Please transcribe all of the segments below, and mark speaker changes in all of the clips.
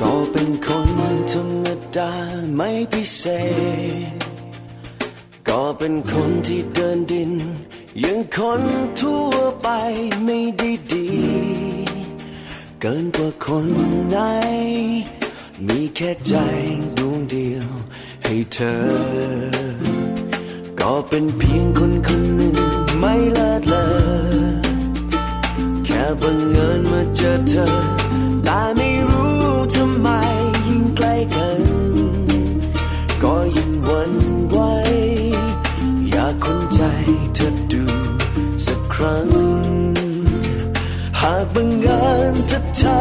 Speaker 1: ก็เป็นคนธรรมดาไม่พิเศษ ก็เป็นคนที่เดินดิน ยังคนทั่วไปไม่ได้ดี เกินกว่าคนไหน มีแค่ใจดวงเดียวให้เธอ ก็เป็นเพียงคนคนหนึ่งไม่เลิศเลอ แค่บังเอิญมาเจอเธอ แต่ไม่รู้ทำไมยิ่งใกล้กัน ก็ยิ่งหวันไหว อยากคนใจเธอดูสักครั้ง หากบังเอิญถ้าเธอ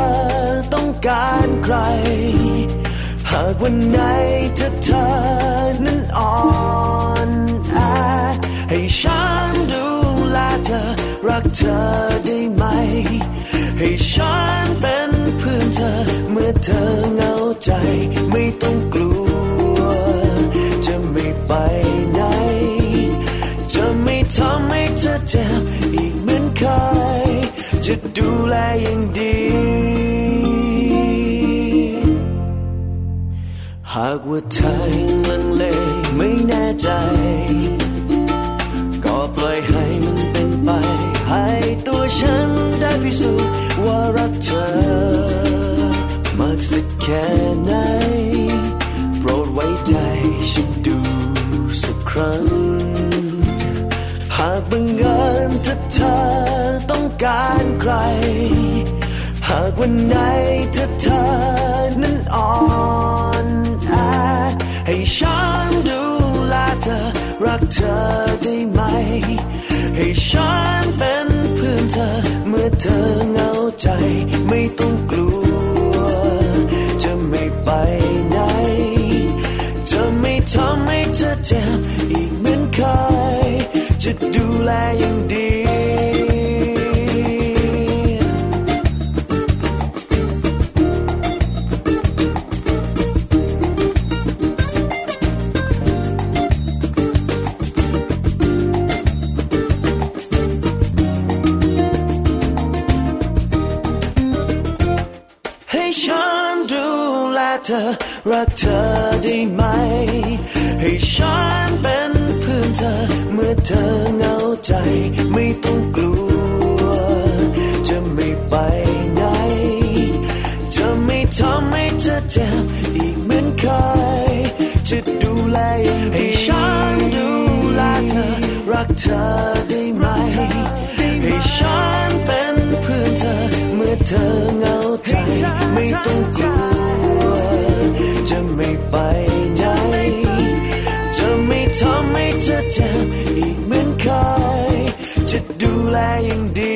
Speaker 1: ต้องการใคร หากวันไหนถ้าเธอนั้นอ่อนแอให้ฉันดูแลเธอ รักเธอได้ไหม ให้ฉันเป็นเพื่อนเธอ เมื่อเธอเหงาใจ ไม่ต้องกลัว จะไม่ไปไหน จะไม่ทำให้เธอเจ็บอีกเหมือนเคย จะดูแลอย่างดี หากว่าเธอยังลังเลไม่แน่ใจ ก็ปล่อยให้มันเป็นไป ให้ตัวฉันได้พิสูจน์ว่ารักเธอ มากสักแค่ไหน โปรดไว้ใจฉันดูสักครั้ง หากบังเอิญถ้าเธอต้องการใคร หากวันไหนถ้าเธอนั้นอ่อนแอให้ฉันดูแลเธอ รักเธอได้ไหม ให้ฉันเป็นเพื่อนเธอ เมื่อเธอเหงาใจ ไม่ต้องกลัว จะไม่ไปไหน จะไม่ทำให้เธอเจ็บอีกเหมือนเคย จะดูแลอย่างดี ให้ฉันดูแลเธอ รักเธอได้ไหม ให้ฉันเป็นเพื่อนเธอ เมื่อเธอเหงาใจ ไม่ต้องกลัว จะไม่ไปไหน จะไม่ทำให้เธอเจ็บอีกเหมือนเคย จะดูแลอย่างดีให้ฉันดูแลเธอ รักเธอได้ไหม ให้ฉันเป็นเพื่อนเธอ เมื่อเธอเหงาใจ ไม่ต้องกลัว จะไม่ไปไหน จะไม่ทำให้เธอเจ็บอีกเหมือนเคย จะดูแลอย่างดี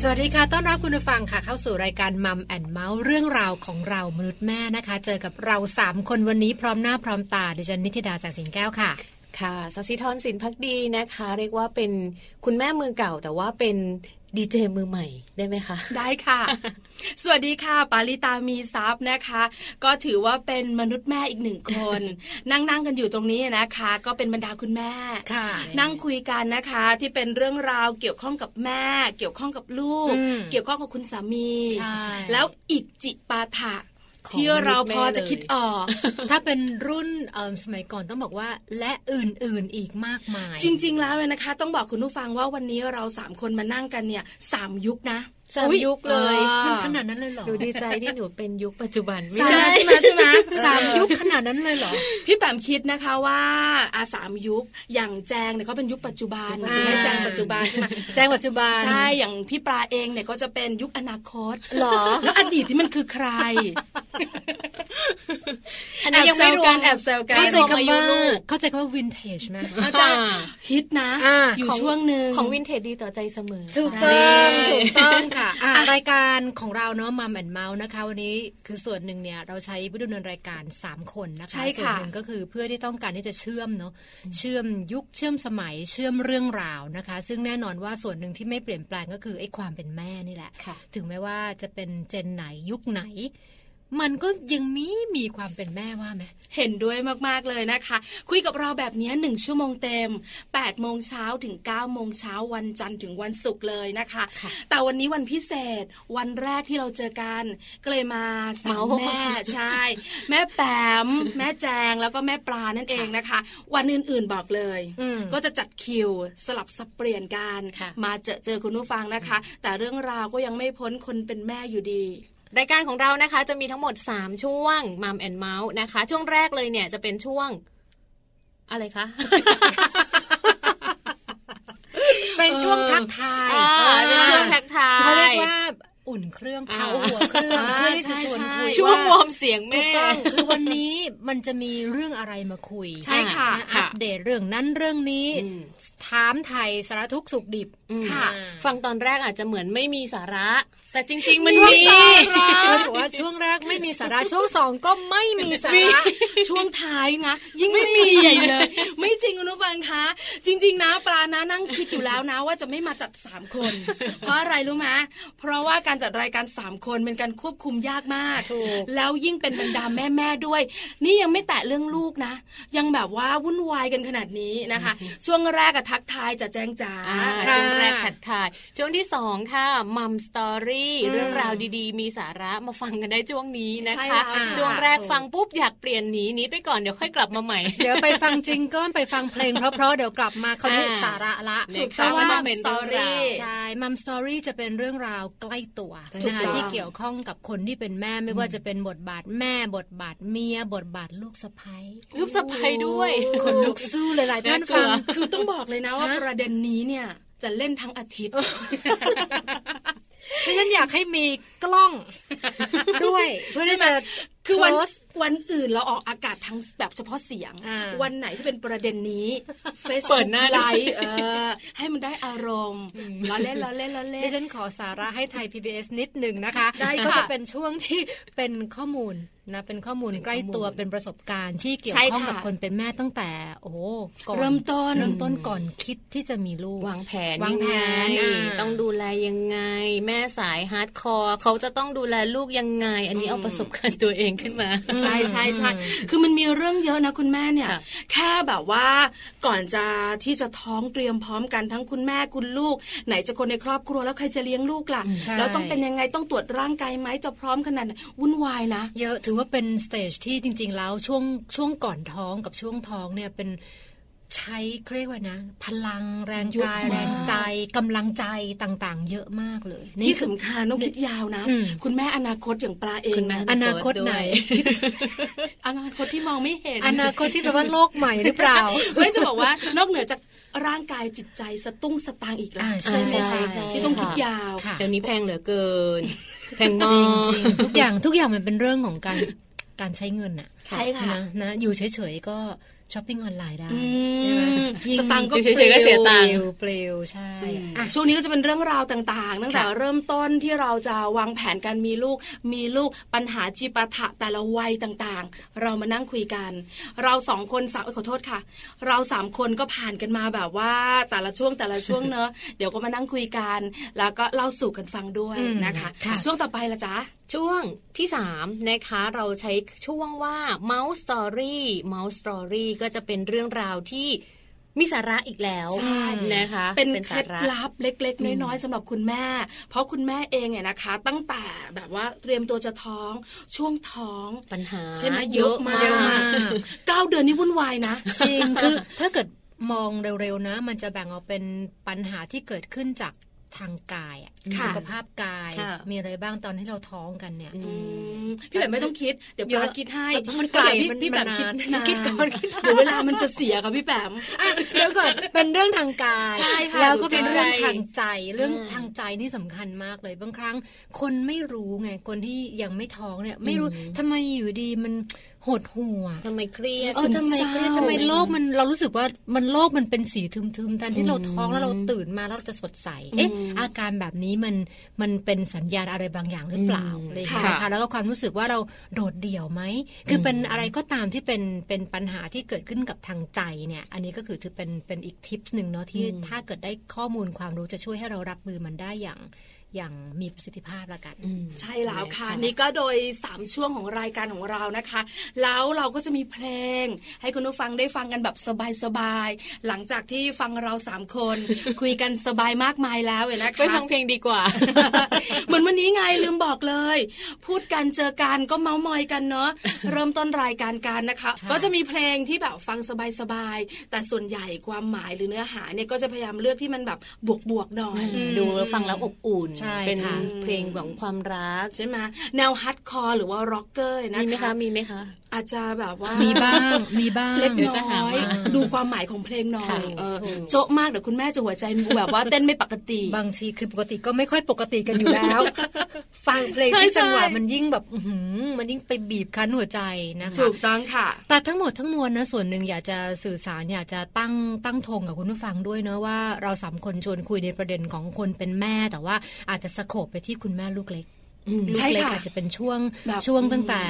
Speaker 2: สวัสดีค่ะ ต้อนรับคุณผู้ฟังค่ะ เข้าสู่รายการมัมแอนเมาส์เรื่องราวของเรามนุษย์แม่นะคะ เจอกับเราสามคนวันนี้พร้อมหน้าพร้อมตาดิฉันนิติดาแสงสิงแก้วค่ะ
Speaker 3: ค่ะสัสสิธรสินพักดีนะคะ เรียกว่าเป็นคุณแม่มือเก่า แต่ว่าเป็นดีเจมือใหม่ได้ไหมคะ
Speaker 4: ได้ค่ะ สวัสดีค่ะ ปาริตามีซับนะคะ ก็ถือว่าเป็นมนุษย์แม่อีกหนึ่งคน นั่งนั่งกันอยู่ตรงนี้นะคะ ก็เป็นบรรดาคุณแม่
Speaker 2: ค่ะ
Speaker 4: นั่งคุยกันนะคะ ที่เป็นเรื่องราวเกี่ยวข้องกับแม่ เกี่ยวข้องกับลูก
Speaker 2: อืม
Speaker 4: เกี่ยวข้องกับคุณสามี
Speaker 2: ใช่
Speaker 4: แล้วอิจิปาถะ
Speaker 3: ของ
Speaker 4: ที่เราพอจะคิดออก
Speaker 2: ถ้าเป็นรุ่นเอิ่มสมัยก่อนต้องบอกว่า และอื่นๆอีกมากมาย
Speaker 4: จริง ๆ แล้วเนี่ยนะคะ ต้องบอกคุณผู้ฟังว่าวันนี้เราสามคนมานั่งกันเนี่ยสามยุคนะ
Speaker 3: สาม
Speaker 4: อุ๊
Speaker 3: ยุคเลย
Speaker 4: อ่า
Speaker 2: มันขนาดนั้นเลยเหรอ
Speaker 3: หนูดีใจที่หนูเป็นยุคปัจจุบันไม่
Speaker 4: ใช่
Speaker 3: ใช่
Speaker 4: ไหมใช่ไหม
Speaker 2: สามยุคขนาดนั้นเลยเหรอ
Speaker 4: พี่แปมคิดนะคะว่าอาสามยุคอย่างแจงเนี่ยเขาเป็นยุคปัจจุบัน
Speaker 2: ยุคปัจจุบัน
Speaker 4: ใช่ไหมแจงปัจจุบันใช่ไหม
Speaker 2: แจ้งปัจจุบัน
Speaker 4: ใช่อย่างพี่ปลาเองเนี่ยก็จะเป็นยุคอนาคต
Speaker 2: เหรอ
Speaker 4: แล้วอดีตที่มันคือใคร
Speaker 3: อันนี้ยังไม่รวม
Speaker 4: แอบแซวกัน
Speaker 3: ใกล้
Speaker 4: แอบ
Speaker 2: เข้าใจ
Speaker 3: ม
Speaker 4: แซวกัน
Speaker 3: อายุ
Speaker 2: คำว่า
Speaker 3: ลูก
Speaker 2: เข้าใจคำว่าวินเทจไหม
Speaker 4: อาจารย์ฮิตนะ
Speaker 2: อ่า
Speaker 4: อยู่
Speaker 3: ของ
Speaker 4: ช่วงหนึ่ง
Speaker 3: ของวินเทจดีต่อใจเสมอ
Speaker 2: ถูกต้อง
Speaker 4: ใช่
Speaker 2: ถูกต้องค่ะ อ่ะ รายการของเราเนาะมัมแอนเมาส์นะคะ วันนี้คือส่วนหนึ่งเนี่ยเราใช้ผู้ดำเนินรายการ 3 คนนะคะ
Speaker 4: ใช่
Speaker 2: ส่วน
Speaker 4: ค่ะ
Speaker 2: หนึ่งก็คือเพื่อที่ต้องการที่จะเชื่อมเนาะเชื่อมยุคเชื่อมสมัยเชื่อมเรื่องราวนะคะ ซึ่งแน่นอนว่าส่วนหนึ่งที่ไม่เปลี่ยนแปลงก็คือไอ้ความเป็นแม่นี่แหละ
Speaker 3: ค่ะ
Speaker 2: ถึงแม้ว่าจะเป็นเจนไหนยุคไหน มันก็ยังมีมีความเป็นแม่ว่าไหม
Speaker 4: เห็นด้วยมาก ๆ เลยนะคะ คุยกับเราแบบนี้หนึ่งชั่วโมงเต็ม8โมงเช้าถึง9โมงเช้าวันจันทร์ถึงวันศุกร์เลยนะคะ แต่วันนี้วันพิเศษวันแรกที่เราเจอกันก็เลยมาสาว
Speaker 3: เมาส์
Speaker 4: แม่ใช่ แม่แปม แม่แจงแล้วก็แม่ปลานั่นเองนะคะ วันอื่นๆบอกเลย
Speaker 2: อืม
Speaker 4: ก็จะจัดคิวสลับสับเปลี่ยนกัน
Speaker 3: ค่ะ
Speaker 4: มาเจอเจอคุณผู้ฟังนะคะ แต่เรื่องราวก็ยังไม่พ้นคนเป็นแม่อยู่ดี
Speaker 3: รายการของเรานะคะจะมีทั้งหมด 3 ช่วงมัมแอนเมาส์นะคะ ช่วงแรกเลยเนี่ยจะเป็นช่วง อะไรคะ
Speaker 2: เป็นช่วงทักทาย
Speaker 3: อ่าเป็นช่วงทักทาย
Speaker 2: เขาเรียกว่าอุ่นเครื่องเขาหัวเครื่อง
Speaker 4: อ่า
Speaker 2: เพื่อที่จะชวน
Speaker 4: ใช่
Speaker 2: คุย
Speaker 4: ใ
Speaker 3: ช่วงวอร์มเสียง
Speaker 2: ถู
Speaker 3: แม่
Speaker 2: กต้องคือวันนี้มันจะมีเรื่องอะไรมาคุย
Speaker 4: ใช่ค่ะ
Speaker 2: นอัปเดตเรื่องนั้นเรื่องนี้
Speaker 3: อืม
Speaker 2: ถามไทยสารทุกข์สุขดิบ
Speaker 3: อืม
Speaker 4: ค่ะ
Speaker 3: ฟังตอนแรกอาจจะเหมือนไม่มีสาระ แต่จริง ๆ มัน
Speaker 2: ช่วง
Speaker 3: มี
Speaker 2: สองเราถือว่าช่วงแรกไม่มีสาระช่วงสองก็ไม่มีสาระ
Speaker 4: ช่วงท้ายนะ ยิ่งไม่มีใหญ่เลย ไม่จริงคุณผู้ฟังคะจริง ๆ นะปลานะนั่งคิดอยู่แล้วนะ ว่าจะไม่มาจัดสามคน เพราะอะไรรู้ไหมเพราะว่าการจัดรายการสามคนเป็นการควบคุมยากมาก
Speaker 2: ถูก
Speaker 4: แล้วยิ่งเป็นบรรดาแม่ ๆ ด้วย นี่ยังไม่แตะเรื่องลูกนะ ยังแบบว่าวุ่นวายกันขนาดนี้นะคะ ช่วงแรกอะทักทายจะแจ้งจ๋า
Speaker 3: อ่า
Speaker 2: ค่ะ
Speaker 3: ช่วงแรกถัดทายช่วงที่สองค่ะมัมสตอรี่
Speaker 2: อืม
Speaker 3: เรื่องราวดีๆ มีสาระมาฟังกันได้ช่วงนี้นะ
Speaker 4: ใช่
Speaker 3: คะ
Speaker 4: แล้ว
Speaker 3: ช่วงแรก
Speaker 2: ถูก
Speaker 3: ฟังปุ๊บอยากเปลี่ยนหนีหนีไปก่อนเดี๋ยวค่อยกลับมาใหม่
Speaker 2: เดี๋ยวไปฟังจริงก็ไปฟังเพลงเพราะๆเดี๋ยวกลับมาเขาเรียก
Speaker 3: อ่า
Speaker 2: สาระละ
Speaker 4: ถูกต้อง
Speaker 3: นะคะ
Speaker 4: ว่า
Speaker 3: จะเป็น
Speaker 4: สตอรี่
Speaker 3: เงาว
Speaker 2: ใช่มัมสตอรี่จะเป็นเรื่องราวใกล้ตัว
Speaker 3: ถูก
Speaker 2: นะคะ
Speaker 3: ต้อง
Speaker 2: ที่เกี่ยวข้องกับคนที่เป็นแม่ไม่ว่าจะเป็นบทบาทแม่บทบาทเมียบทบาทลูกสะใภ้
Speaker 3: ลูกสะใภ้ด้วย
Speaker 2: คนลูกสู้หลายๆท่าน
Speaker 3: น่ากลั
Speaker 2: ฟั
Speaker 3: ว
Speaker 2: ง
Speaker 4: คือต้องบอกเลยนะว่า
Speaker 2: ฮะ
Speaker 4: ประเด็นนี้เนี่ยจะเล่นทั้งอาทิตย์
Speaker 2: ดิฉันอยากให้มีกล้อง ด้วย เพื่อที่จะ
Speaker 4: คือวัน
Speaker 2: Close
Speaker 4: วันอื่นเราออกอากาศทั้งแบบเฉพาะเสียง
Speaker 2: อ่า
Speaker 4: วันไหนที่เป็นประเด็นนี้
Speaker 3: เปิ
Speaker 4: Facebook
Speaker 3: ดหน้า
Speaker 4: ไล
Speaker 3: ดู
Speaker 4: ฟ์เออให้มันได้อารมณ์ล้อเล่นล้อเล่นล้อเล่
Speaker 2: ดิ
Speaker 4: น
Speaker 2: ฉันขอสาระให้ไทย PBS นิดหนึ่งนะคะ
Speaker 4: ได้ค่ะ
Speaker 2: ก็จะเป็นช่วงที่เป็นข้อมูลนะเป็นข้อมูลใกล้ตัวเป็นประสบการณ์ที่เกี่ยว
Speaker 3: ใช่
Speaker 2: ข้อง
Speaker 3: ค่ะ
Speaker 2: กับคนเป็นแม่ตั้งแต่ โอ้โหก่อน
Speaker 4: เริ่มต้น
Speaker 2: เริ่มต้นก่อนคิดที่จะมีลูก
Speaker 3: วางแผน
Speaker 2: วางแผน
Speaker 3: ยัไ
Speaker 2: อ่า
Speaker 3: ต้องดูแลยังไง แม่สายฮาร์ดคอร์เขาจะต้องดูแลลูกยังไง อันนี้เอาประสบการณ์ตัวเองขึ้นมา
Speaker 4: ใช่ใช่ใช่คือมันมีเรื่องเยอะนะคุณแม่เนี่ย
Speaker 3: ค่ะ
Speaker 4: แค่แบบว่าก่อนจะที่จะท้องเตรียมพร้อมกันทั้งคุณแม่คุณลูก ไหนจะคนในครอบครัวแล้วใครจะเลี้ยงลูกล่ะ
Speaker 2: ใช่
Speaker 4: แล้วต้องเป็นยังไงต้องตรวจร่างกายไหมจะพร้อมขนาดไหนวุ่นวายนะ
Speaker 2: เยอะถือว่าเป็นสเตจที่จริง ๆ แล้วช่วงช่วงก่อนท้องกับช่วงท้องเนี่ยเป็นใช้เขาเรียกว่านะ พลังแรงกาย
Speaker 4: เยอะมาก
Speaker 2: แรงใจกำลังใจต่างๆ เยอะมากเลย
Speaker 4: นี่
Speaker 2: คือ
Speaker 4: สำคัญต้องคิดยาวนะ
Speaker 2: อืม
Speaker 4: คุณแม่อนาคตอย่างปลาเองนะ
Speaker 2: อนาคตไหน
Speaker 4: อนาคตที่มองไม่เห็น
Speaker 2: อนาคตที่แปลว่าโลกใหม่หรือเปล่า
Speaker 4: ไม่จะบอกว่านอกเหนือจากร่างกายจิตใจสตุ้งสตางค์อีกแล้ว
Speaker 2: อ่าใช่
Speaker 4: ไหม
Speaker 2: ใช่
Speaker 4: คะ
Speaker 2: ใช่
Speaker 4: ที่ต้อง
Speaker 2: ค่ะ
Speaker 4: คิดยาว
Speaker 2: ค่ะ
Speaker 3: เดี๋ยวนี้แพงเหลือเกิน แพงมา
Speaker 2: จริง
Speaker 3: ก
Speaker 2: ๆทุกอย่างทุกอย่างมันเป็นเรื่องของการการใช้เงินอะ
Speaker 3: ใช่
Speaker 2: น
Speaker 3: ค่ะ
Speaker 2: นะอยู่เฉยๆก็ช้อปปิ้งออนไลน์ได้
Speaker 4: อืม
Speaker 2: ยิ่
Speaker 4: สตางค์ก็
Speaker 3: อยู่เฉยๆก็เสียตัง
Speaker 2: ป
Speaker 3: ค์
Speaker 2: ลิวเปลวใช่
Speaker 4: อ่ะช่วงนี้ก็จะเป็นเรื่องราวต่างๆ ตั้งแต่เริ่มต้นที่เราจะวางแผนการมีลูก มีลูกปัญหาจีปาถะแต่ละวัยต่างๆ เรามานั่งคุยกัน เราสองคนสามเอ้ยขอโทษค่ะ เราสามคนก็ผ่านกันมาแบบว่าแต่ละช่วงแต่ละช่วงเน อะ เดี๋ยวก็มานั่งคุยกัน แล้วก็เล่าสู่กันฟังด้วย
Speaker 2: อืม
Speaker 4: นะคะ
Speaker 2: ค่ะ
Speaker 4: ช่วงต่อไปละจ๊ะ
Speaker 3: ช่วงที่ 3 นะคะเราใช้ช่วงว่า Mouse Story Mouse Story ก็จะเป็นเรื่องราวที่มีสาระอีกแล้ว
Speaker 4: ใช่
Speaker 3: นะคะ
Speaker 4: เป็น
Speaker 3: เป็น
Speaker 4: เค
Speaker 3: สา
Speaker 4: ล็ด
Speaker 3: ระ
Speaker 4: ลับเล็ก ๆ น้อยๆสำหรับคุณแม่ เพราะคุณแม่เองเนี่ยนะคะ ตั้งแต่แบบว่าเตรียมตัวจะท้องช่วงท้อง
Speaker 3: ปัญหา
Speaker 4: ใช่ไหมเยอะมาก
Speaker 2: เยอะมาก
Speaker 4: เก้าเดือนนี่วุ่นวายนะ
Speaker 2: จริง คือถ้าเกิดมองเร็วๆนะ มันจะแบ่งออกเป็นปัญหาที่เกิดขึ้นจาก ทางกายอะ
Speaker 4: ค่ะ
Speaker 2: สุขภาพกาย
Speaker 3: ค่ะ
Speaker 2: มีอะไรบ้างตอนที่เราท้องกันเนี่ย
Speaker 4: อืมพี่แบบไม่ต้องคิด เดี๋ยว
Speaker 2: เย
Speaker 4: ปา
Speaker 2: อะ
Speaker 4: คิดให้
Speaker 2: มันไกล
Speaker 4: พี่
Speaker 2: มัน
Speaker 4: พี่แบบคิด
Speaker 2: มั
Speaker 4: นาน
Speaker 2: นาน น
Speaker 4: คิดก่อนเดี๋ยวเวลามันจะเสียค่ะพี่แปม
Speaker 2: อ่ะเดี๋ยวก่อนเป็นเรื่องทางกาย
Speaker 4: ใช่ค่ะ
Speaker 2: แล้วก็
Speaker 4: ดูใจ
Speaker 2: เป็นเรื่องทางใจเรื่อง
Speaker 3: อ่า
Speaker 2: ทางใจนี่สำคัญมากเลยบางครั้ง คนไม่รู้ไงคนที่ยังไม่ท้องเนี่ย ไม่รู้
Speaker 3: อืม
Speaker 2: ทำไมอยู่ดีมันหดหัว
Speaker 3: ทำไมเครียด
Speaker 2: เออทำไมเครียดทำไมโลกมันเรารู้สึกว่ามันโลกมันเป็นสีทึมๆแทนที่เราท้องแล้วเราตื่นมาแล้วเราจะสดใส เอ๊ะ อาการแบบนี้มันมันเป็นสัญญาณอะไรบางอย่างหรือเปล่า
Speaker 3: อืม
Speaker 2: อะไรอย่างเลยนะ
Speaker 3: ค่ะ
Speaker 2: คะแล้วก็ความรู้สึกว่าเราโดดเดี่ยวไหม คือเป็นอะไรก็ตามที่เป็นเป็นปัญหาที่เกิดขึ้นกับทางใจเนี่ย อันนี้ก็คือถือเป็นเป็นอีกทิปส์หนึ่งเนาะที่
Speaker 3: อืม
Speaker 2: ถ้าเกิดได้ข้อมูลความรู้จะช่วยให้เรารับมือมันได้อย่างอย่างมีประสิทธิภาพละกัน
Speaker 3: อืม
Speaker 4: ใช่แล้วค่ะ
Speaker 3: นะคะ
Speaker 4: นี่ก็โดย 3 ช่วงของรายการของเรานะคะ แล้วเราก็จะมีเพลง ให้คุณผู้ฟังได้ฟังกันแบบสบายๆหลังจากที่ฟังเรา 3 คน คุยกันสบายมากมายแล้วเห็นนะคะ
Speaker 3: ไปฟังเพลงดีกว่า
Speaker 4: เหมือนวันนี้ไงลืมบอกเลย พูดกันเจอกันก็เมาส์มอยกันเนาะ เริ่มต้นรายการกันนะคะ
Speaker 2: ค่ะ
Speaker 4: ก็จะมีเพลงที่แบบฟังสบายๆแต่ส่วนใหญ่ความหมายหรือเนื้อหาเนี่ยก็จะพยายามเลือกที่มันแบบบวกๆหน่อย
Speaker 3: ดูแล้วฟังแล้วอบอุ่น
Speaker 2: ใช่
Speaker 3: เป็น
Speaker 2: ค่ะ
Speaker 3: เพลงของความรัก
Speaker 4: ใช่ไหมแนวฮัดคอร์หรือว่าร็อกเกอร์นะ
Speaker 3: มีไหมคะ มีไหมคะ
Speaker 4: อาจจะแบบว่า
Speaker 2: มีบ้างมีบ้าง
Speaker 4: เล็ก
Speaker 3: เดี๋ยวจะหา
Speaker 4: น้อย
Speaker 3: มา
Speaker 4: ดูความหมายของเพลงหน่อย
Speaker 3: ค่ะ
Speaker 4: เออ
Speaker 3: ถูก
Speaker 4: โจ๊ะมากเดี๋ยวคุณแม่จะหัวใจมูแบบว่าเต้นไม่ปกติ
Speaker 2: บางทีคือปกติก็ไม่ค่อยปกติกันอยู่แล้ว ฟังเพลง
Speaker 4: ใช่
Speaker 2: ที่จังหวะ
Speaker 4: ใช่
Speaker 2: มันยิ่งแบบอื้อหือมันยิ่งไปบีบคั้นหัวใจนะคะ
Speaker 4: ถูกต้องค่ะ
Speaker 2: แต่ทั้งหมดทั้งมวลนะส่วนหนึ่งอยากจะสื่อสารอยากจะตั้งตั้งธงกับคุณผู้ฟังด้วยเนอะว่าเราสามคนชวนคุยในประเด็นของคนเป็นแม่ แต่ว่าอาจจะสะโขบไปที่คุณแม่ลูกเล็กลู
Speaker 4: ใช่
Speaker 2: กเล็ก
Speaker 4: ค่ะ
Speaker 2: อาจจะเป็นช่วง
Speaker 4: แบบ
Speaker 2: ช่วงตั้งแต่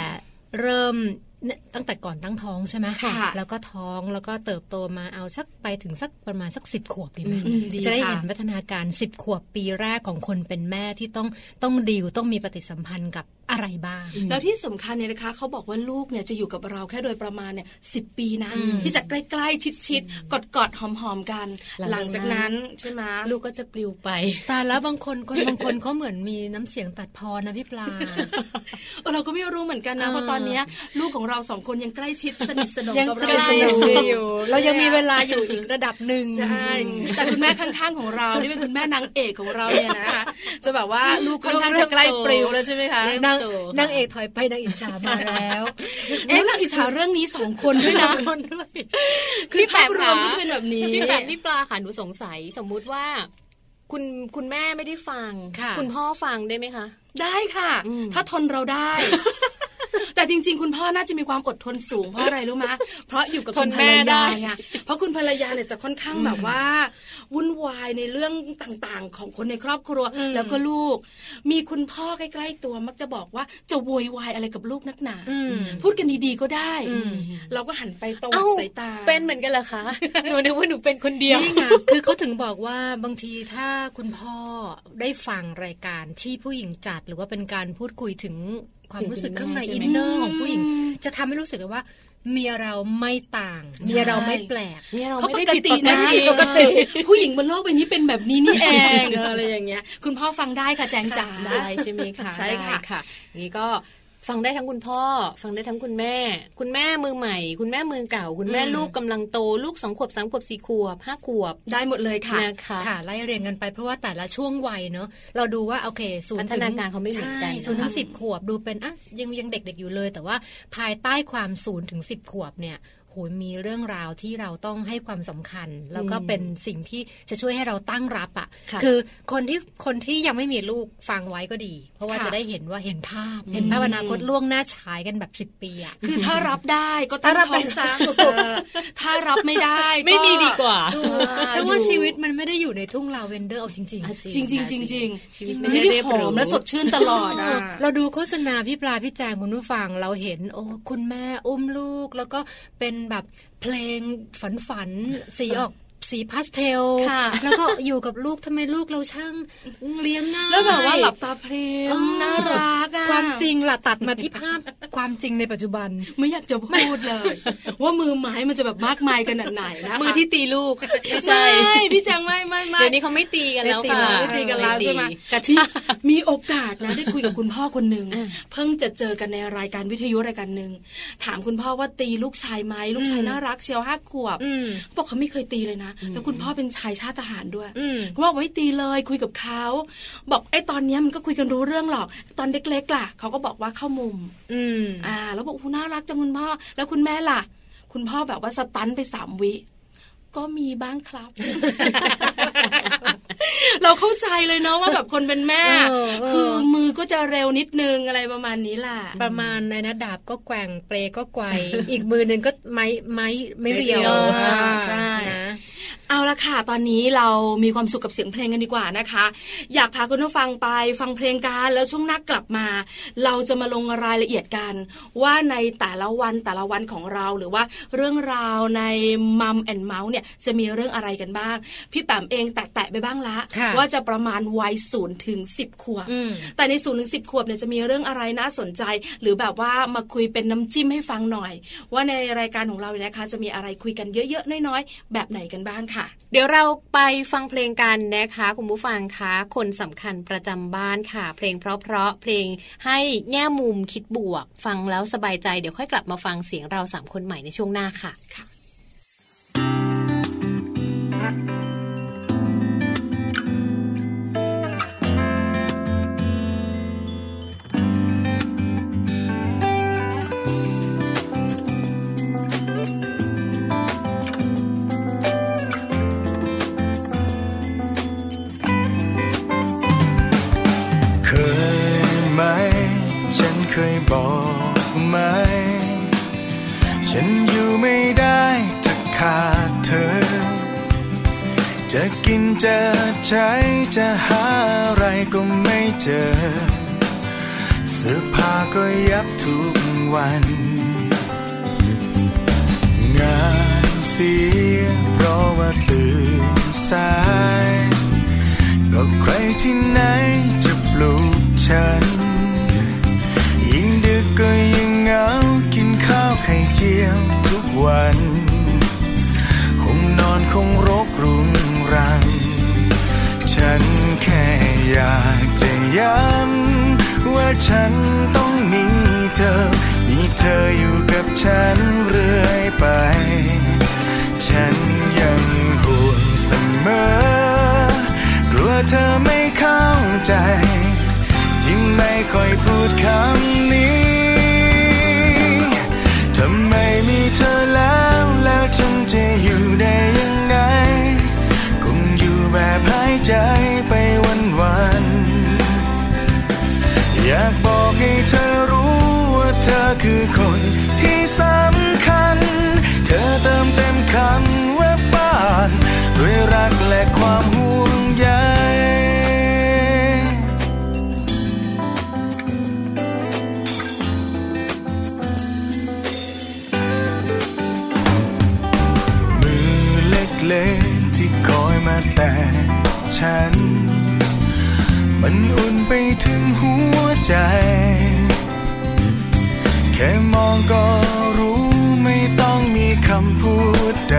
Speaker 2: เริ่มเนี่ยตั้งแต่ก่อนตั้งท้องใช่ไหม
Speaker 4: ค่ะ
Speaker 2: แล้วก็ท้องแล้วก็เติบโตมาเอาสักไปถึงสักประมาณสักสิบขวบดีไหม
Speaker 4: อืมดี
Speaker 2: จะได้
Speaker 4: ค่ะ
Speaker 2: เห็นพัฒนาการสิบขวบปีแรกของคนเป็นแม่ที่ต้องต้องดีลต้องมีปฏิสัมพันธ์กับอะไรบ้าง
Speaker 4: แล้วที่สำคัญเนี่ยนะคะเขาบอกว่าลูกเนี่ยจะอยู่กับเราแค่โดยประมาณเนี่ยสิปีนะ
Speaker 2: อืม
Speaker 4: ที่จะใกล้ๆ ชิดๆ กอดๆ หอมๆ กัน ห
Speaker 3: หลั
Speaker 4: ลัง
Speaker 3: ง
Speaker 4: จา
Speaker 3: จาก กนั้
Speaker 4: นั้น
Speaker 3: น
Speaker 4: ใช่ไหม
Speaker 3: ลูกก็จะปลิวไป
Speaker 2: แต่แล้วบางคนคนบางคนเขาเหมือนมีน้ำเสียงตัดพอนะพี่ปลา
Speaker 4: เออเราก็ไม่รู้เหมือนกันนะ
Speaker 2: อ่า
Speaker 4: เพราะตอนเนี้ยลูกของเราสองคนยังใกล้ชิดสนิทสนม
Speaker 2: ยัง
Speaker 4: กับ
Speaker 2: สนิ
Speaker 4: เรา
Speaker 2: ทสนมกัน
Speaker 4: อ
Speaker 2: อยู่ ยู่ เรายังมีเวลาอยู่อีกระดับหนึ่ง
Speaker 4: ใช่แต่คุณแม่ข้างๆของเราที่เป็นคุณแม่นางเอกของเราเนี่ยนะคะจะแบบว่าลูกค่อนข้างจะใกล้ปลิวแล้วใช่ไหมคะ
Speaker 3: เริ่ม
Speaker 2: นาง
Speaker 3: โตค่ะ
Speaker 2: นางเอกถอยไปนางอิจฉามาแล้ว
Speaker 4: เอ๊ะนางอิจฉาเรื่องนี้สองคนด้วยนะ
Speaker 2: คนด้วย
Speaker 4: คือภาพรวมก็จะเป็นแบบนี้
Speaker 3: พี่แปมพี่ปลาค่ะหนูสงสัยสมมุติว่า คุณคุณแม่ไม่ได้ฟังณพ่อฟังได้ไหมคะ
Speaker 4: ได้ค่ะ
Speaker 3: อืม
Speaker 4: ถ้าทนเรา ได้ แต่จริง ๆ คุณพ่อน่าจะมีความอดทนสูงเพราะอะไรรู้มะ เพราะอยู่กับคุณภรรยาไงเพราะคุณภรรยาเนี่ยจะค่อนข้างแบบว่า วุ่นวายในเรื่องต่างๆ ของคนในครอบครัวแล้วก็ลูก มีคุณพ่อใกล้ๆตัวมักจะบอกว่าจะโวยวายอะไรกับลูกนักหนา
Speaker 2: อืม
Speaker 4: พูดกันดีๆก็ได้
Speaker 2: อืม
Speaker 4: เราก็หันไปตวั
Speaker 3: เอ้
Speaker 4: ดสายตา
Speaker 3: เป็นเหมือนกันเหรอคะ หนูนึกว่าหนูเป็นคนเดียว
Speaker 2: นี่ไง คือเขาถึงบอกว่าบางทีถ้าคุณพ่อได้ฟังรายการที่ผู้หญิงจัด หรือว่าเป็นการพูดคุยถึงความรู้สึกข้างใน
Speaker 3: ใช่
Speaker 2: อิ
Speaker 3: ไหม
Speaker 2: นเนอร์ของผู้หญิง จะทำให้รู้สึกเลยว่า เมียเราไม่ต่าง เมียเราไม่แปลก
Speaker 3: เนี่ยเรา
Speaker 4: เขา
Speaker 3: ไม่
Speaker 4: ป
Speaker 3: ได้
Speaker 4: ก
Speaker 3: ผิด
Speaker 4: ติ
Speaker 3: ปก
Speaker 4: นะ
Speaker 3: ติ
Speaker 4: ปกติผู้หญิงบนโลกใบนี้เป็นแบบนี้นี่เองเอออะไรอย่างเงี้ย คุณพ่อฟังได้ค่ะแจงจ๋า
Speaker 3: ได้ใช่ไหมคะ
Speaker 4: ใช่ค่ะ
Speaker 3: ได้ค่ะนี่ก็ฟังได้ทั้งคุณพ่อ ฟังได้ทั้งคุณแม่ คุณแม่มือใหม่ คุณแม่มือเก่า คุณแม่
Speaker 2: อืม
Speaker 3: ลูกกำลังโตลูกสองขวบสามขวบสี่ขวบห้าขวบ
Speaker 4: ได้หมดเลยค่ะ
Speaker 3: นะคะ
Speaker 2: ค่ะไล่เรียงกันไปเพราะว่าแต่ละช่วงวัยเนอะเราดูว่าโอเคศูนย์
Speaker 3: พัฒนาการเขาไม่เหมือนกัน
Speaker 2: ใช่ศูนย์ถึ
Speaker 3: นะ
Speaker 2: ง
Speaker 3: คะ
Speaker 2: สิบขวบดูเป็นอ่ะยังยังเด็กๆอยู่เลย แต่ว่าภายใต้ความศูนย์ถึงสิบขวบเนี่ยโหมีเรื่องราวที่เราต้องให้ความสำคัญ แล้วก็
Speaker 3: อืม
Speaker 2: เป็นสิ่งที่จะช่วยให้เราตั้งรับอะ่ะ
Speaker 3: ค่ะ
Speaker 2: คือคนที่คนที่ยังไม่มีลูกฟังไว้ก็ดี เพราะว่า
Speaker 4: ค่ะ
Speaker 2: จะได้เห็นว่าเห็นภาพ เห็นภาพอนาคตล่วงหน้าฉายกันแบบสิบ10 ปีอะ
Speaker 4: คือถ้ารับได้ก็ตั้ง
Speaker 2: ถ้ารับ
Speaker 4: ท้อง
Speaker 2: ได้
Speaker 4: ซะเออถ้ารับไม่ได้ก็
Speaker 3: ไม่มีดีกว่า
Speaker 4: เออ
Speaker 2: เพราะว่าชีวิตมันไม่ได้อยู่ในทุ่งลาเวนเดอร์เอาจริง ๆ
Speaker 3: อ่ะ
Speaker 4: จริงจริงจริงจริง
Speaker 3: ชีวิต
Speaker 4: มั
Speaker 3: ไม่
Speaker 4: น
Speaker 3: ได้
Speaker 4: ไม่ได้
Speaker 3: เรียบ
Speaker 4: ห
Speaker 3: หรู
Speaker 4: อมและสดชื่นตลอดอะ
Speaker 2: เราดูโฆษณาพี่ปลาพี่แจงคุณผู้ฟังเราเห็น โอ้คุณแม่อุ้มลูก แล้วก็เป็นแบบเพลงฝันฝันๆสีออกสีพาสเทล
Speaker 4: ค่ะ
Speaker 2: แล้วก็อยู่กับลูกทำไมลูกเราช่างเลี้ยงง่าย
Speaker 4: แล้วแบบว่าหลับตาเพลม
Speaker 2: อ๋อ
Speaker 4: น่ารักอะ
Speaker 2: ก ความจริงล่ะตัดมาที่ภาพ ความจริงในปัจจุบัน
Speaker 4: ไม่อยากจะพูดเลย ว่ามือไม้มันจะแบบมากมายขนาดไหนนะคะ
Speaker 3: มือที่ตีลูกไม่ใช่
Speaker 4: ไม่พี่แจงไม่ไม่ไม่
Speaker 3: เดี๋ยวนี้เขาไม่ตีกันแล้ว
Speaker 4: ไม่ตี
Speaker 3: ค่ะ
Speaker 4: แล้วไม่ตีกันแล้วใช่ไหม
Speaker 3: กระ
Speaker 4: มี
Speaker 3: ชาก
Speaker 4: มีโอกาส นะ ได้คุยกับคุณพ่อคนหนึ่ง
Speaker 3: อ่า
Speaker 4: เพิ่งจะเจอกันในรายการวิทยุรายการหนึ่งถามคุณพ่อว่าตีลูกชายไหมลูกชาย
Speaker 2: อืม
Speaker 4: น่ารักเชียวห้าขวบ
Speaker 2: อืม
Speaker 4: บอกเขาไม่เคยตีเลยนะ แล้วคุณพ่อเป็นชายชาติทหารด้วย
Speaker 2: อืม
Speaker 4: ก็บอกไว้ตีเลยคุยกับเขาบอกไอ้ตอนเนี้ยมันก็คุยกันรู้เรื่องหรอก ตอนเล็กๆล่ะเขาก็บอกว่าเข้ามุม
Speaker 2: อืม
Speaker 4: อ่า แล้วบอกคุณน่ารักจังคุณพ่อ แล้วคุณแม่ล่ะ คุณพ่อแบบว่าสตันไปสามวิ ก็มีบ้างครับ เราเข้าใจเลยเนาะว่าแบบคนเป็นแม่
Speaker 2: เออเออ
Speaker 4: คือมือก็จะเร็วนิดนึงอะไรประมาณนี้ล่ะ
Speaker 2: ประมาณในนะดาบก็แกว่งเปลก็ไกว อีกมือหนึ่งก็ไม้ไม้ไม่เรียว
Speaker 3: ไม่เรียว
Speaker 2: อ่า
Speaker 4: ใช่
Speaker 2: นะ
Speaker 4: เอาละค่ะ ตอนนี้เรามีความสุขกับเสียงเพลงกันดีกว่านะคะ อยากพาคุณผู้ฟังไปฟังเพลงกันแล้วช่วงหน้ากลับมา เราจะมาลงรายละเอียดกัน ว่าในแต่ละวันแต่ละวันของเราหรือว่าเรื่องราวในมัมแอนเมาส์เนี่ยจะมีเรื่องอะไรกันบ้าง พี่แปมเองแตะๆไปบ้างละ
Speaker 2: ค่ะ
Speaker 4: ว่าจะประมาณวัยศูนย์ถึงสิบขวบ
Speaker 2: อืม
Speaker 4: แต่ในศูนย์ถึงสิบขวบเนี่ยจะมีเรื่องอะไรน่าสนใจ หรือแบบว่ามาคุยเป็นน้ำจิ้มให้ฟังหน่อย ว่าในรายการของเราเนี่ยนะคะ จะมีอะไรคุยกันเยอะๆน้อยๆ แบบไหนกันบ้างค่ะ
Speaker 3: เดี๋ยวเราไปฟังเพลงกันนะคะคุณผู้ฟังคะคนสำคัญประจำบ้านค่ะ เพลงเพราะๆเพลงให้แง่มุมคิดบวก ฟังแล้วสบายใจเดี๋ยวค่อยกลับมาฟังเสียงเราสามคนใหม่ในช่วงหน้าค่ะ
Speaker 1: เคยไหม ฉันเคยบอกไหม ฉันอยู่ไม่ได้ถ้าขาดเธอ จะกินจะใช้จะหาอะไรก็ไม่เจอ เสื้อผ้าก็ยับทุกวัน งานเสียเพราะว่าตื่นสาย ก็ใครที่ไหนจะปลุกฉัน ยิ่งดึกก็ยิ่งเหงา กินข้าวไข่เจียวทุกวันห้องนอนคงรกรุงรัง ฉันแค่อยากจะย้ำว่าฉันต้องมีเธอ มีเธออยู่กับฉันเรื่อยไป ฉันยังห่วงเสมอกลัวเธอไม่เข้าใจ ยิ่งไม่ค่อยพูดคำนี้ ทำไมมีเธอแล้วแล้วฉันจะอยู่ได้ยังไง คงอยู่แบบหายใจไปวันวันๆอยากบอกให้เธอรู้ว่าเธอคือคนที่สำคัญ เธอเติมเต็มคำว่าบ้านด้วยรักและความห่วงใย มือเล็กๆที่คอยมาแต่ฉัน มันอุ่นไปถึงหัวใจ แค่มองก็รู้ไม่ต้องมีคำพูดใด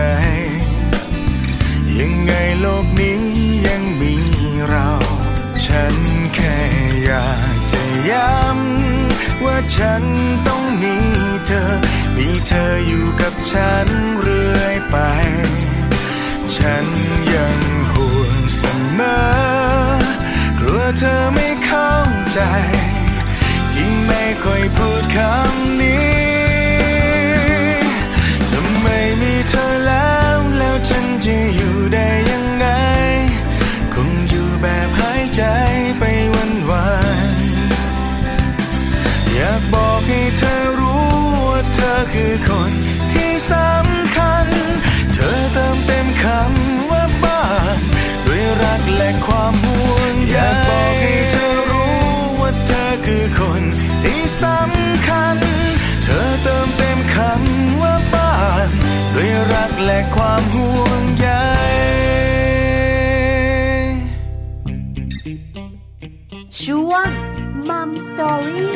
Speaker 1: ยังไงโลกนี้ยังมีเรา ฉันแค่อยากจะย้ำว่าฉันต้องมีเธอ มีเธออยู่กับฉันเรื่อยไป ฉันยังห่วงเสมอกลัวเธอไม่เข้าใจ ที่ไม่ค่อยพูดคำนี้ ทำไมมีเธอแล้วแล้วฉันจะอยู่ได้ยังไง คงอยู่แบบหายใจไปวันวันๆอยากบอกให้เธอรู้ว่าเธอคือคนที่สำคัญ เธอเติมเต็มคำว่าบ้านด้วยรักและความห่วงใยอยากบอกให้เธอรู้ว่าเธอคือคนที่สำคัญ เธอเติมเต็มคำว่าบ้านด้วยรักและความห่วงใย
Speaker 5: ช่วงมัมส Story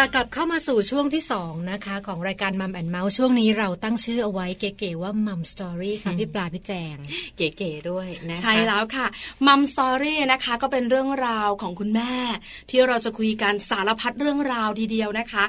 Speaker 2: ค่ะกลับเข้ามาสู่ช่วงที่ 2 นะคะ ของรายการมัมแอนเมาส์ช่วงนี้เราตั้งชื่อเอาไว้เก๋ๆว่ามัมสตอรี่ค่ะพี่ปลาพี่แจง
Speaker 3: เก๋ๆด้วยนะคะ
Speaker 4: ใช่แล้วค่ะมัมสอรี่นะคะก็เป็นเรื่องราวของคุณแม่ ที่เราจะคุยกันสารพัดเรื่องราวดีเดียวนะคะ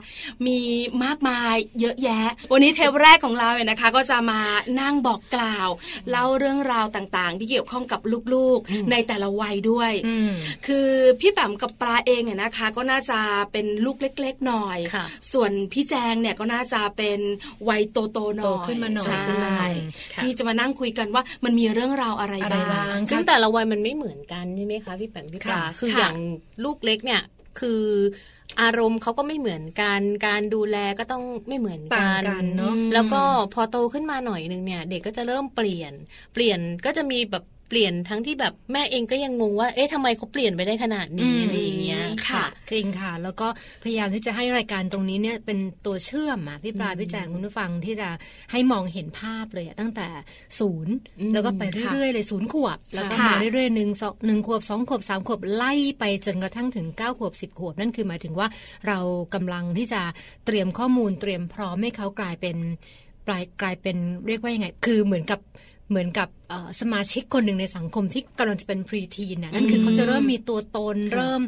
Speaker 4: มีมากมายเยอะแยะ วันนี้เทปแรกของเราเนี่ยนะคะ ก็จะมานั่งบอกกล่าวเล่าเรื่องราวต่างๆ ที่เกี่ยวข้องกับลูก
Speaker 2: อืม
Speaker 4: ๆ ในแต่ละวัยด้วย
Speaker 2: อืม
Speaker 4: คือพี่แปมกับปลาเองเนี่ยนะคะ ก็น่าจะเป็นลูกเล็ก ๆ หน่อย
Speaker 3: ค่ะ
Speaker 4: ส่วนพี่แจงเนี่ยก็น่าจะเป็นวัยโตโตๆหน่อย
Speaker 2: โตขึ้นมาหน่อย
Speaker 4: ใช่
Speaker 2: ขึ้นมาหน่อย
Speaker 3: ค่ะ
Speaker 4: ที่จะมานั่งคุยกันว่ามันมีเรื่องราวอะไร
Speaker 2: อะไร
Speaker 4: บ้า
Speaker 2: บ้าง ง
Speaker 3: ซึ่งแต่ละวัยมันไม่เหมือนกันใช่ไหมคะพี่แปมพี่ปลา
Speaker 2: ค่ะ
Speaker 3: คือ
Speaker 4: ค่ะ
Speaker 3: อย่างลูกเล็กเนี่ยคืออารมณ์เขาก็ไม่เหมือนกัน การดูแลก็ต้องไม่เหมือน
Speaker 2: ต่าง
Speaker 3: กัน
Speaker 2: กันเนาะ
Speaker 3: แล้วก็พอโตขึ้นมาหน่อยนึงเนี่ย เด็กก็จะเริ่มเปลี่ยน เปลี่ยนก็จะมีแบบเปลี่ยนทั้งที่แบบแม่เองก็ยังงงว่า เอ๊ะทำไมเขาเปลี่ยนไปได้ขนาดนี้
Speaker 2: อืม
Speaker 3: อะไรอย่างเงี้ยค่ะ
Speaker 2: จริงค่ะ แล้วก็พยายามที่จะให้รายการตรงนี้เนี่ยเป็นตัวเชื่อมอะพี่ปลา
Speaker 3: อืม
Speaker 2: พี่แจงคุณผู้ฟังที่จะให้มองเห็นภาพเลยอะตั้งแต่ศูนย์
Speaker 3: อืม
Speaker 2: แล้วก็ไปเรื่อยๆเลยศูนย์ขวบ แล้วก็มา
Speaker 4: ค่ะ
Speaker 2: เรื่อยๆหนึ่งสองหนึ่งขวบสองขวบสามขวบไล่ไปจนกระทั่งถึงเก้าขวบสิบขวบ นั่นคือหมายถึงว่าเรากำลังที่จะเตรียมข้อมูลเตรียมพร้อมให้เขากลายเป็นกลายกลายเป็นเรียกว่ายังไง คือเหมือนกับเหมือนกับเอ่อสมาชิกคนหนึ่งในสังคมที่กำลังจะเป็นพรีทีนนะนั่นคือเขาจะเริ่ม มีตัวตน
Speaker 3: ค่ะ
Speaker 2: เริ่ม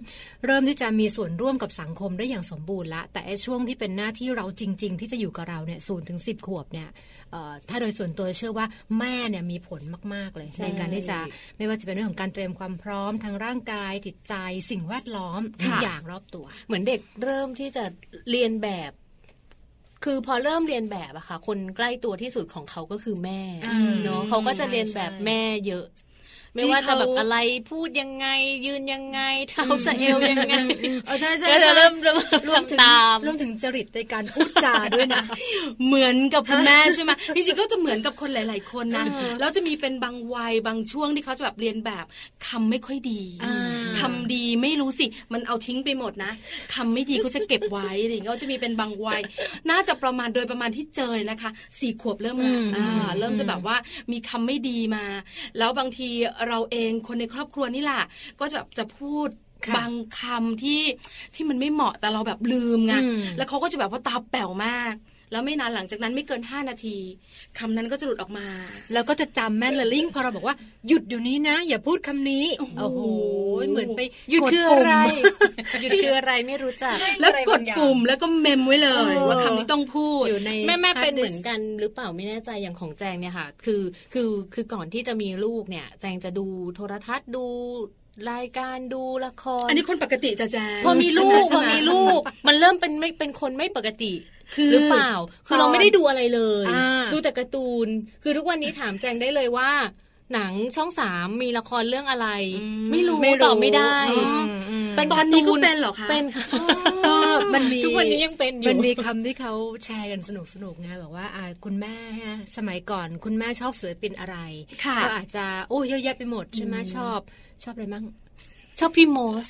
Speaker 2: เริ่มที่จะมีส่วนร่วมกับสังคมได้อย่างสมบูรณ์ละ แต่ไอ้ช่วงที่เป็นหน้าที่เราจริง ๆ ที่จะอยู่กับเราเนี่ยศูนย์ถึงสิบขวบเนี่ยเอ่อถ้าโดยส่วนตัวเชื่อว่าแม่เนี่ยมีผลมาก ๆ เลย ในการที่จะไม่ว่าจะเป็นเรื่องของการเตรียมความพร้อมทางร่างกายจิตใจสิ่งแวดล้อมทุก
Speaker 4: ค่ะ
Speaker 2: อย่างรอบตัว
Speaker 3: เหมือนเด็กเริ่มที่จะเรียนแบบ คือพอเริ่มเรียนแบบอะค่ะ คนใกล้ตัวที่สุดของเขาก็คือแม่
Speaker 2: อืม
Speaker 3: เนาะเขาก็จะเรียนแบบแม่เยอะ ไม่ว่าจะแบบอะไรพูดยังไง ยืนยังไงเท้าสะเอวยังไง
Speaker 4: เออใช่ใช่
Speaker 3: ก็จะ
Speaker 4: ใช่
Speaker 3: เริ่มเริ่ม
Speaker 2: รวมถึง
Speaker 3: ทำตาม
Speaker 2: รวมถึงจริตในการพูดจาด้วย นะ
Speaker 4: เหมือนกับคุณแม่ใช่ไหมจริงๆก็จะเหมือนกับคนหลาย ๆ คนนะ
Speaker 3: เออ
Speaker 4: แล้วจะมีเป็นบางวัยบางช่วงที่เขาจะแบบเรียนแบบคำไม่ค่อยดี
Speaker 2: อ่า
Speaker 4: คำดีไม่รู้สิ มันเอาทิ้งไปหมดนะคำไม่ดีก็จะเก็บไว้อะไรอย่างเงี้ยก็จะมีเป็นบางวัย น่าจะประมาณโดยประมาณที่เจอนะคะสี่ขวบเริ่มละ
Speaker 2: อืม
Speaker 4: อ่า
Speaker 2: อืม
Speaker 4: เริ่มจะแบบว่ามีคำไม่ดีมา แล้วบางทีเราเองคนในครอบครัวนี่แหละก็จะแบบจะพูด
Speaker 2: ค่ะ
Speaker 4: บางคำที่ที่มันไม่เหมาะแต่เราแบบลืมไง
Speaker 2: อืม
Speaker 4: แล้วเขาก็จะแบบว่าตาแป๋วมาก แล้วไม่นานหลังจากนั้นไม่เกิน 5 นาทีคำนั้นก็จะหลุดออกมา
Speaker 2: แล้วก็จะจำแม่นและลิงพอเราบอกว่าหยุดเดี๋ยวนี้นะ อย่าพูดคำนี้
Speaker 4: โอ้
Speaker 2: โอ้
Speaker 4: โห
Speaker 2: โหเหมือนไป
Speaker 3: หยุด
Speaker 2: ก
Speaker 3: คือ
Speaker 2: ปุ่ม
Speaker 3: อะไร หยุดคืออะไรไม่รู้จัก
Speaker 4: แล้วกดปุ่มแล้วก็เมมไว้เลย
Speaker 2: เออ
Speaker 4: ว่าคำที่ต้องพูด
Speaker 2: อยู่ใน
Speaker 3: แม่แม่
Speaker 2: hard
Speaker 3: เป็นเหมือน
Speaker 2: disk
Speaker 3: กันหรือเปล่าไม่แน่ใจอย่างของแจงเนี่ยค่ะ คือคือคือก่อนที่จะมีลูกเนี่ย แจงจะดูโทรทัศน์ดูรายการดูละคร
Speaker 4: อันนี้คนปกติจะแจ้ง
Speaker 3: พอมี ลูกพอ
Speaker 4: ใช่ไหใช่ไห
Speaker 3: มีลูก มันเริ่มเป็นไม่เป็นคนไม่ปกติ
Speaker 2: คือ
Speaker 3: หรือเปล่า คือเราไม่ได้ดูอะไรเลย
Speaker 2: อ่า
Speaker 3: ดูแต่การ์ตูน คือทุกวันนี้ถามแจงได้เลยว่า หนังช่องสามมีละครเรื่องอะไร
Speaker 4: อืม
Speaker 3: ไม่รู้ตอบไม่ได้
Speaker 2: อืมอืม
Speaker 3: เป็น
Speaker 4: ตอน
Speaker 3: การ์
Speaker 4: นี้
Speaker 3: ตู
Speaker 4: ก็
Speaker 3: น
Speaker 4: เป็นเหรอคะ
Speaker 3: เป็นค่ะ
Speaker 2: ก็ มันมี
Speaker 3: ทุกวันนี้ยังเป็นอยู่
Speaker 2: มันมีคำที่เขาแชร์กันสนุกสนุกๆไงบอกว่าอ่าคุณแม่ฮะสมัยก่อนคุณแม่ชอบศิลปินอะไร
Speaker 4: ค่ะ
Speaker 2: ก็อาจจะโอ้เยอะแยะไปหมดใช่ไหมชอบ ชอบอะไรมั่ง
Speaker 3: ชอบพี่โมส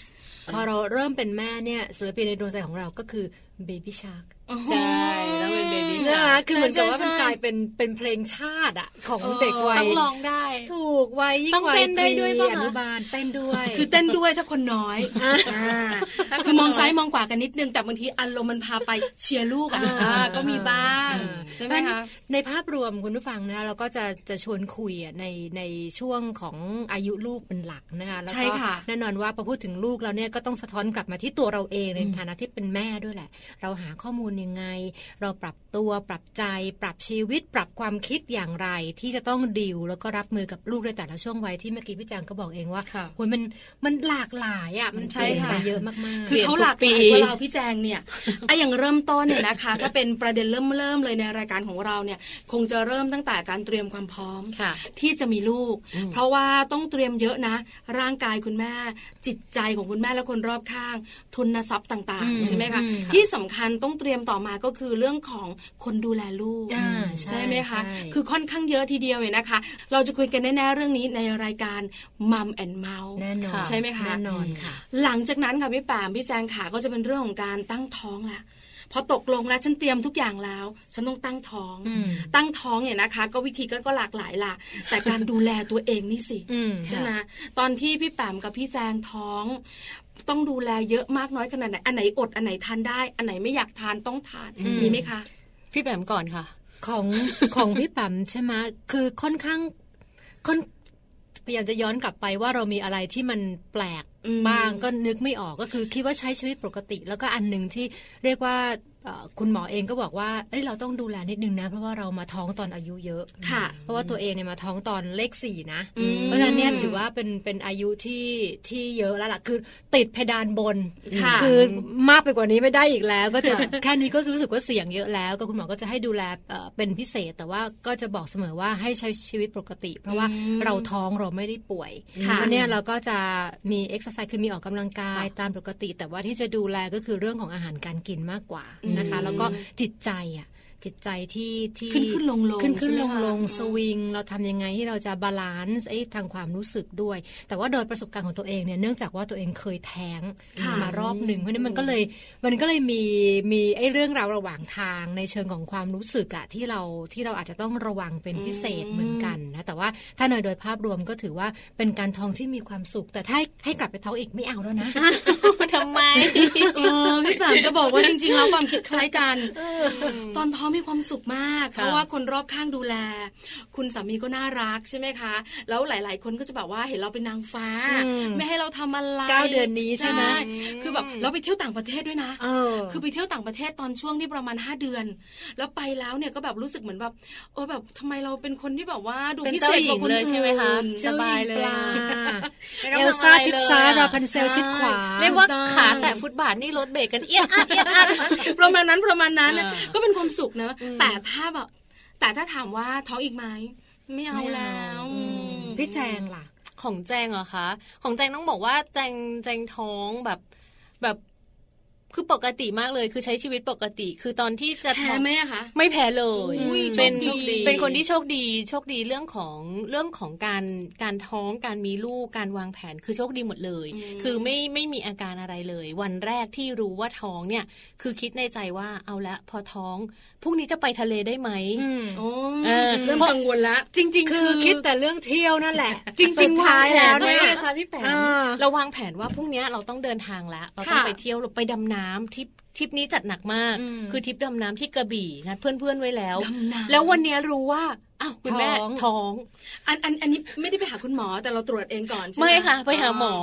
Speaker 2: พอเราเริ่มเป็นแม่เนี่ยศิลปินในดวงใจของเราก็คือ Baby Shark
Speaker 4: อ๋อ
Speaker 3: ใช่แล้วเป็น baby
Speaker 2: ใช่ไหม
Speaker 3: shark
Speaker 2: คือเหมือนกับว่า
Speaker 3: ใช่
Speaker 2: มัน
Speaker 3: ใช่
Speaker 2: กลายเป็นเป็นเพลงชาติอะของเด็กวั
Speaker 3: ต้
Speaker 2: ย
Speaker 3: องลองได้
Speaker 2: ถูกวัยยิ่
Speaker 3: ต้อง
Speaker 2: วัย
Speaker 3: เต้นได้ด้วย
Speaker 2: พรี
Speaker 3: ปะคะ
Speaker 2: อนุบาลเต้นด้วย
Speaker 4: คือเต้นด้วยถ้าคนน้อยอ่าคือมองซ้ายมองขวากันนิดนึง แต่บางทีอารมณ์มันพาไปเชียร์ลูกอ่ะ
Speaker 2: อ่า
Speaker 4: อ่าก็มีบ้างใช่ไหมคะ
Speaker 2: ในภาพรวมคุณผู้ฟังนะเราก็จะจะชวนคุยอ่ะในในช่วงของอายุลูกเป็นหลักนะคะแล้ว
Speaker 4: ใช่
Speaker 2: ก็
Speaker 4: ค่ะ
Speaker 2: แน่นอนว่าพอพูดถึงลูกเราเนี่ยก็ต้องสะท้อนกลับมาที่ตัวเราเองในฐานะที่เป็นแม่ด้วยแหละ เราหาข้อมูลยังไง เราปรับตัวปรับใจ ปรับชีวิต ปรับความคิดอย่างไร ที่จะต้องดิวแล้วก็รับมือกับลูกในแต่ละช่วงวัยที่เมื่อกี้พี่จางก็บอกเองว่า
Speaker 3: ค่ะ
Speaker 2: โหยมันมันหลากหลายอ่ะมัน
Speaker 4: ใช่
Speaker 2: เปลี่ยน
Speaker 4: ค่ะ
Speaker 2: ไปเยอะมากๆ
Speaker 4: คือเขาหลากห
Speaker 3: เปลี่
Speaker 4: ลาย
Speaker 3: ยนทุกปี
Speaker 4: กว่าเราพี่แจง เนี่ยไอะอย่างเริ่มต้นเนี่ยนะคะ ถ้าเป็นประเด็นเริ่มเริ่มๆเลยในรายการของเราเนี่ย คงจะเริ่มตั้งแต่การเตรียมความพร้อม
Speaker 3: ค่ะ
Speaker 4: ที่จะมีลูก เพราะว่าต้องเตรียมเยอะนะ ร่างกายคุณแม่ จิตใจของคุณแม่และคนรอบข้าง ทุนทรัพย์ต่าง
Speaker 2: อืม
Speaker 4: ๆ ใช่ไหมคะ
Speaker 2: อืม
Speaker 4: ที่สำคัญต้องเตรียมต่อมาก็คือเรื่องของคนดูแลลูก
Speaker 2: อ่าใช่
Speaker 4: ไหมคะ
Speaker 2: ใช่
Speaker 4: คือค่อนข้างเยอะทีเดียวเลยนะคะ เราจะคุยกันแน่ๆเรื่องนี้ในรายการมัมแอนเมาส์
Speaker 2: แน่นอน
Speaker 3: ค่ะ
Speaker 4: ใช่ไหมคะ
Speaker 2: แน่นอนค่ะ
Speaker 4: หลังจากนั้นค่ะพี่ปามพี่แจงขาก็จะเป็นเรื่องของการตั้งท้องละ พอตกลงแล้วฉันเตรียมทุกอย่างแล้ว ฉันต้องตั้งท้อง
Speaker 2: อืม
Speaker 4: ตั้งท้องเนี่ยนะคะ ก็วิธีก็ก็หลากหลายล่ะ แต่การดูแลตัวเองนี่สิ
Speaker 2: อืม
Speaker 4: ใช่ไหมตอนที่พี่แปมกับพี่แจงท้อง ต้องดูแลเยอะมากน้อยขนาดไหนอันไหนอดอันไหนทานได้ อันไหนไม่อยากทานต้องทาน
Speaker 3: อืม
Speaker 4: มีไหมคะ
Speaker 3: พี่แปมก่อนค่ะ
Speaker 2: ของ ของพี่ปั๊มใช่ไหมคือค่อนข้างค่อนพยายามจะย้อนกลับไปว่าเรามีอะไรที่มันแปลก
Speaker 4: อืม
Speaker 2: บ้างก็นึกไม่ออกก็คือคิดว่าใช้ชีวิตปกติ แล้วก็อันหนึ่งที่เรียกว่าเอ่อคุณหมอเองก็บอกว่าเอ้ยเราต้องดูแลนิดนึงนะ เพราะว่าเรามาท้องตอนอายุเยอะ
Speaker 4: ค่ะ
Speaker 2: เพราะว่าตัวเองเนี่ยมาท้องตอนเลขสี่นะ
Speaker 4: อืม
Speaker 2: เพราะฉะนั้นเนี่ยถือว่าเป็นเป็นอายุที่ที่เยอะแล้วล่ะคือติดเพดานบน
Speaker 4: ค่ะ
Speaker 2: อมากไปกว่านี้ไม่ได้อีกแล้ว ก็จะแค่นี้ก็รู้สึกว่าเสี่ยงเยอะแล้ว ก็คุณหมอก็จะให้ดูแลเอ่อเป็นพิเศษ แต่ว่าก็จะบอกเสมอว่าให้ใช้ชีวิตปกติ เพราะว่าเราท้องเราไม่ได้ป่วย
Speaker 4: ค่ะ
Speaker 2: เพราะเนี่ยเราก็จะมีเอ็กซ์ไซส์คือมีออกกำลังกายตามปกติ แต่ว่าที่จะดูแลก็คือเรื่องของอาหารการกินมากกว่านะคะ
Speaker 4: อืม
Speaker 2: แล้วก็จิตใจอ่ะจิตใจที่ที่
Speaker 4: ขึ้นขึ้นลงลง
Speaker 2: ขึ้นขึ้นล
Speaker 4: ใช่ไห
Speaker 2: ง
Speaker 4: มคะ
Speaker 2: ลงส
Speaker 4: อืม
Speaker 2: วิงเราทำยังไงที่เราจะบาลานซ์ไอ้ทางความรู้สึกด้วย แต่ว่าโดยประสบการณ์ของตัวเองเนี่ยเนื่องจากว่าตัวเองเคยแท้ง
Speaker 4: ค่ะ
Speaker 2: มารอบหนึ่งเพราะฉะนั้นมันก็เลยมันก็เลยมีมีไอ้เรื่องราวระหว่างทางในเชิงของความรู้สึกอะที่เราที่เราอาจจะต้องระวังเป็นพิเศษ
Speaker 4: อืม
Speaker 2: เหมือนกันนะแต่ว่าถ้าในโดยภาพรวมก็ถือว่าเป็นการท้องที่มีความสุข แต่ถ้าให้ให้กลับไปท้องอีกไม่เอาแล้วนะ
Speaker 3: ทำไม
Speaker 4: เออพี่แปมจะบอกว่าจริงๆแล้วความคิดคล้ายกันตอนท้องมีความสุขมาก เพราะว่าคนรอบข้างดูแล คุณสามีก็น่ารักใช่ไหมคะ แล้วหลาย ๆ คนก็จะแบบว่าเห็นเราเป็นนางฟ้า
Speaker 2: อืม
Speaker 4: ไม่ให้เราทำอะไร
Speaker 2: เก้าเดือนนี้ใช่ไหม
Speaker 4: คือแบบเราไปเที่ยวต่างประเทศด้วยนะ
Speaker 2: เออ
Speaker 4: คือไปเที่ยวต่างประเทศตอนช่วงที่ประมาณ 5 เดือน แล้วไปแล้วเนี่ยก็แบบรู้สึกเหมือนแบบเออแบบทำไมเราเป็นคนที่แบบว่าดู
Speaker 3: เป็น
Speaker 4: พิ
Speaker 3: เจ้า
Speaker 4: เศษ
Speaker 3: หญิ
Speaker 4: กว่าง คน
Speaker 3: เล
Speaker 4: อื่
Speaker 3: ย
Speaker 4: น
Speaker 3: ใช่ไหมคะสบายเลย
Speaker 2: ปลา
Speaker 3: ไม่ต้
Speaker 2: เอ
Speaker 3: อง
Speaker 2: ลซ่า
Speaker 3: ทำอะไร
Speaker 2: ชิดซ้าย
Speaker 3: เลยอะ
Speaker 2: ราพันเซลชิดขวา
Speaker 3: เรียกว่าขาแตะฟุตบาทนี่รถเบรกกันเอียดอัดเอียดอัด
Speaker 4: ประมาณนั้นประมาณนั้น
Speaker 3: อ่า
Speaker 4: ก็เป็นความสุขนะ
Speaker 3: อืม
Speaker 4: แต่ถ้าแบบแต่ถ้าถามว่าท้องอีกไหมไม่เอาแล้ว
Speaker 2: อืมพี่แจงล่ะ
Speaker 3: ของแจงเหรอคะ ของแจงต้องบอกว่าแจงแจงท้องแบบแบบคือปกติมากเลย คือใช้ชีวิตปกติ คือตอนที่จะท้
Speaker 4: แพ้
Speaker 3: อง
Speaker 4: ไหมอะคะ
Speaker 3: ไม่แพ้เลย
Speaker 4: อุ้ย
Speaker 3: เป็น
Speaker 4: โชคดี
Speaker 3: เป็นคนที่โชคดี โชคดีเรื่องของเรื่องของการการท้องการมีลูกการวางแผนคือโชคดีหมดเลย คือไม่ไม่มีอาการอะไรเลย วันแรกที่รู้ว่าท้องเนี่ย คือคิดในใจว่าเอาละพอท้องพรุ่งนี้จะไปทะเลได้ไหม
Speaker 4: โอ้
Speaker 3: เออ
Speaker 4: เริ่มกังวลละ
Speaker 3: จริง ๆ
Speaker 2: คื
Speaker 3: คืออ
Speaker 2: คิดแต่เรื่องเที่ยวนั่นแหละ
Speaker 3: จริงๆ
Speaker 2: สุดท้ายแล้ว
Speaker 3: างผ
Speaker 2: เนี่ย
Speaker 3: ไะคะพี่แปม
Speaker 2: อ่า
Speaker 3: เราวางแผนว่าพรุ่งนี้เราต้องเดินทางแล้วเราต้อง
Speaker 4: ค่ะ
Speaker 3: ไปเที่ยวเราไปดำน้ำทริปทริปนี้จัดหนักมาก
Speaker 2: อืม
Speaker 3: คือทริปดำน้ำที่กระบี่นัดเพื่อนๆไว้แล้ว
Speaker 4: ดำน้ำ
Speaker 3: แล้ววันเนี้ยรู้ว่า อ้าวคุณแม่
Speaker 2: ท้อง
Speaker 3: ท้อง
Speaker 4: อันอันอันนี้ไม่ได้ไปหาคุณหมอแต่เราตรวจเองก่อนใช่ไหม
Speaker 3: ไม่ค่ะ ไปหาหมอ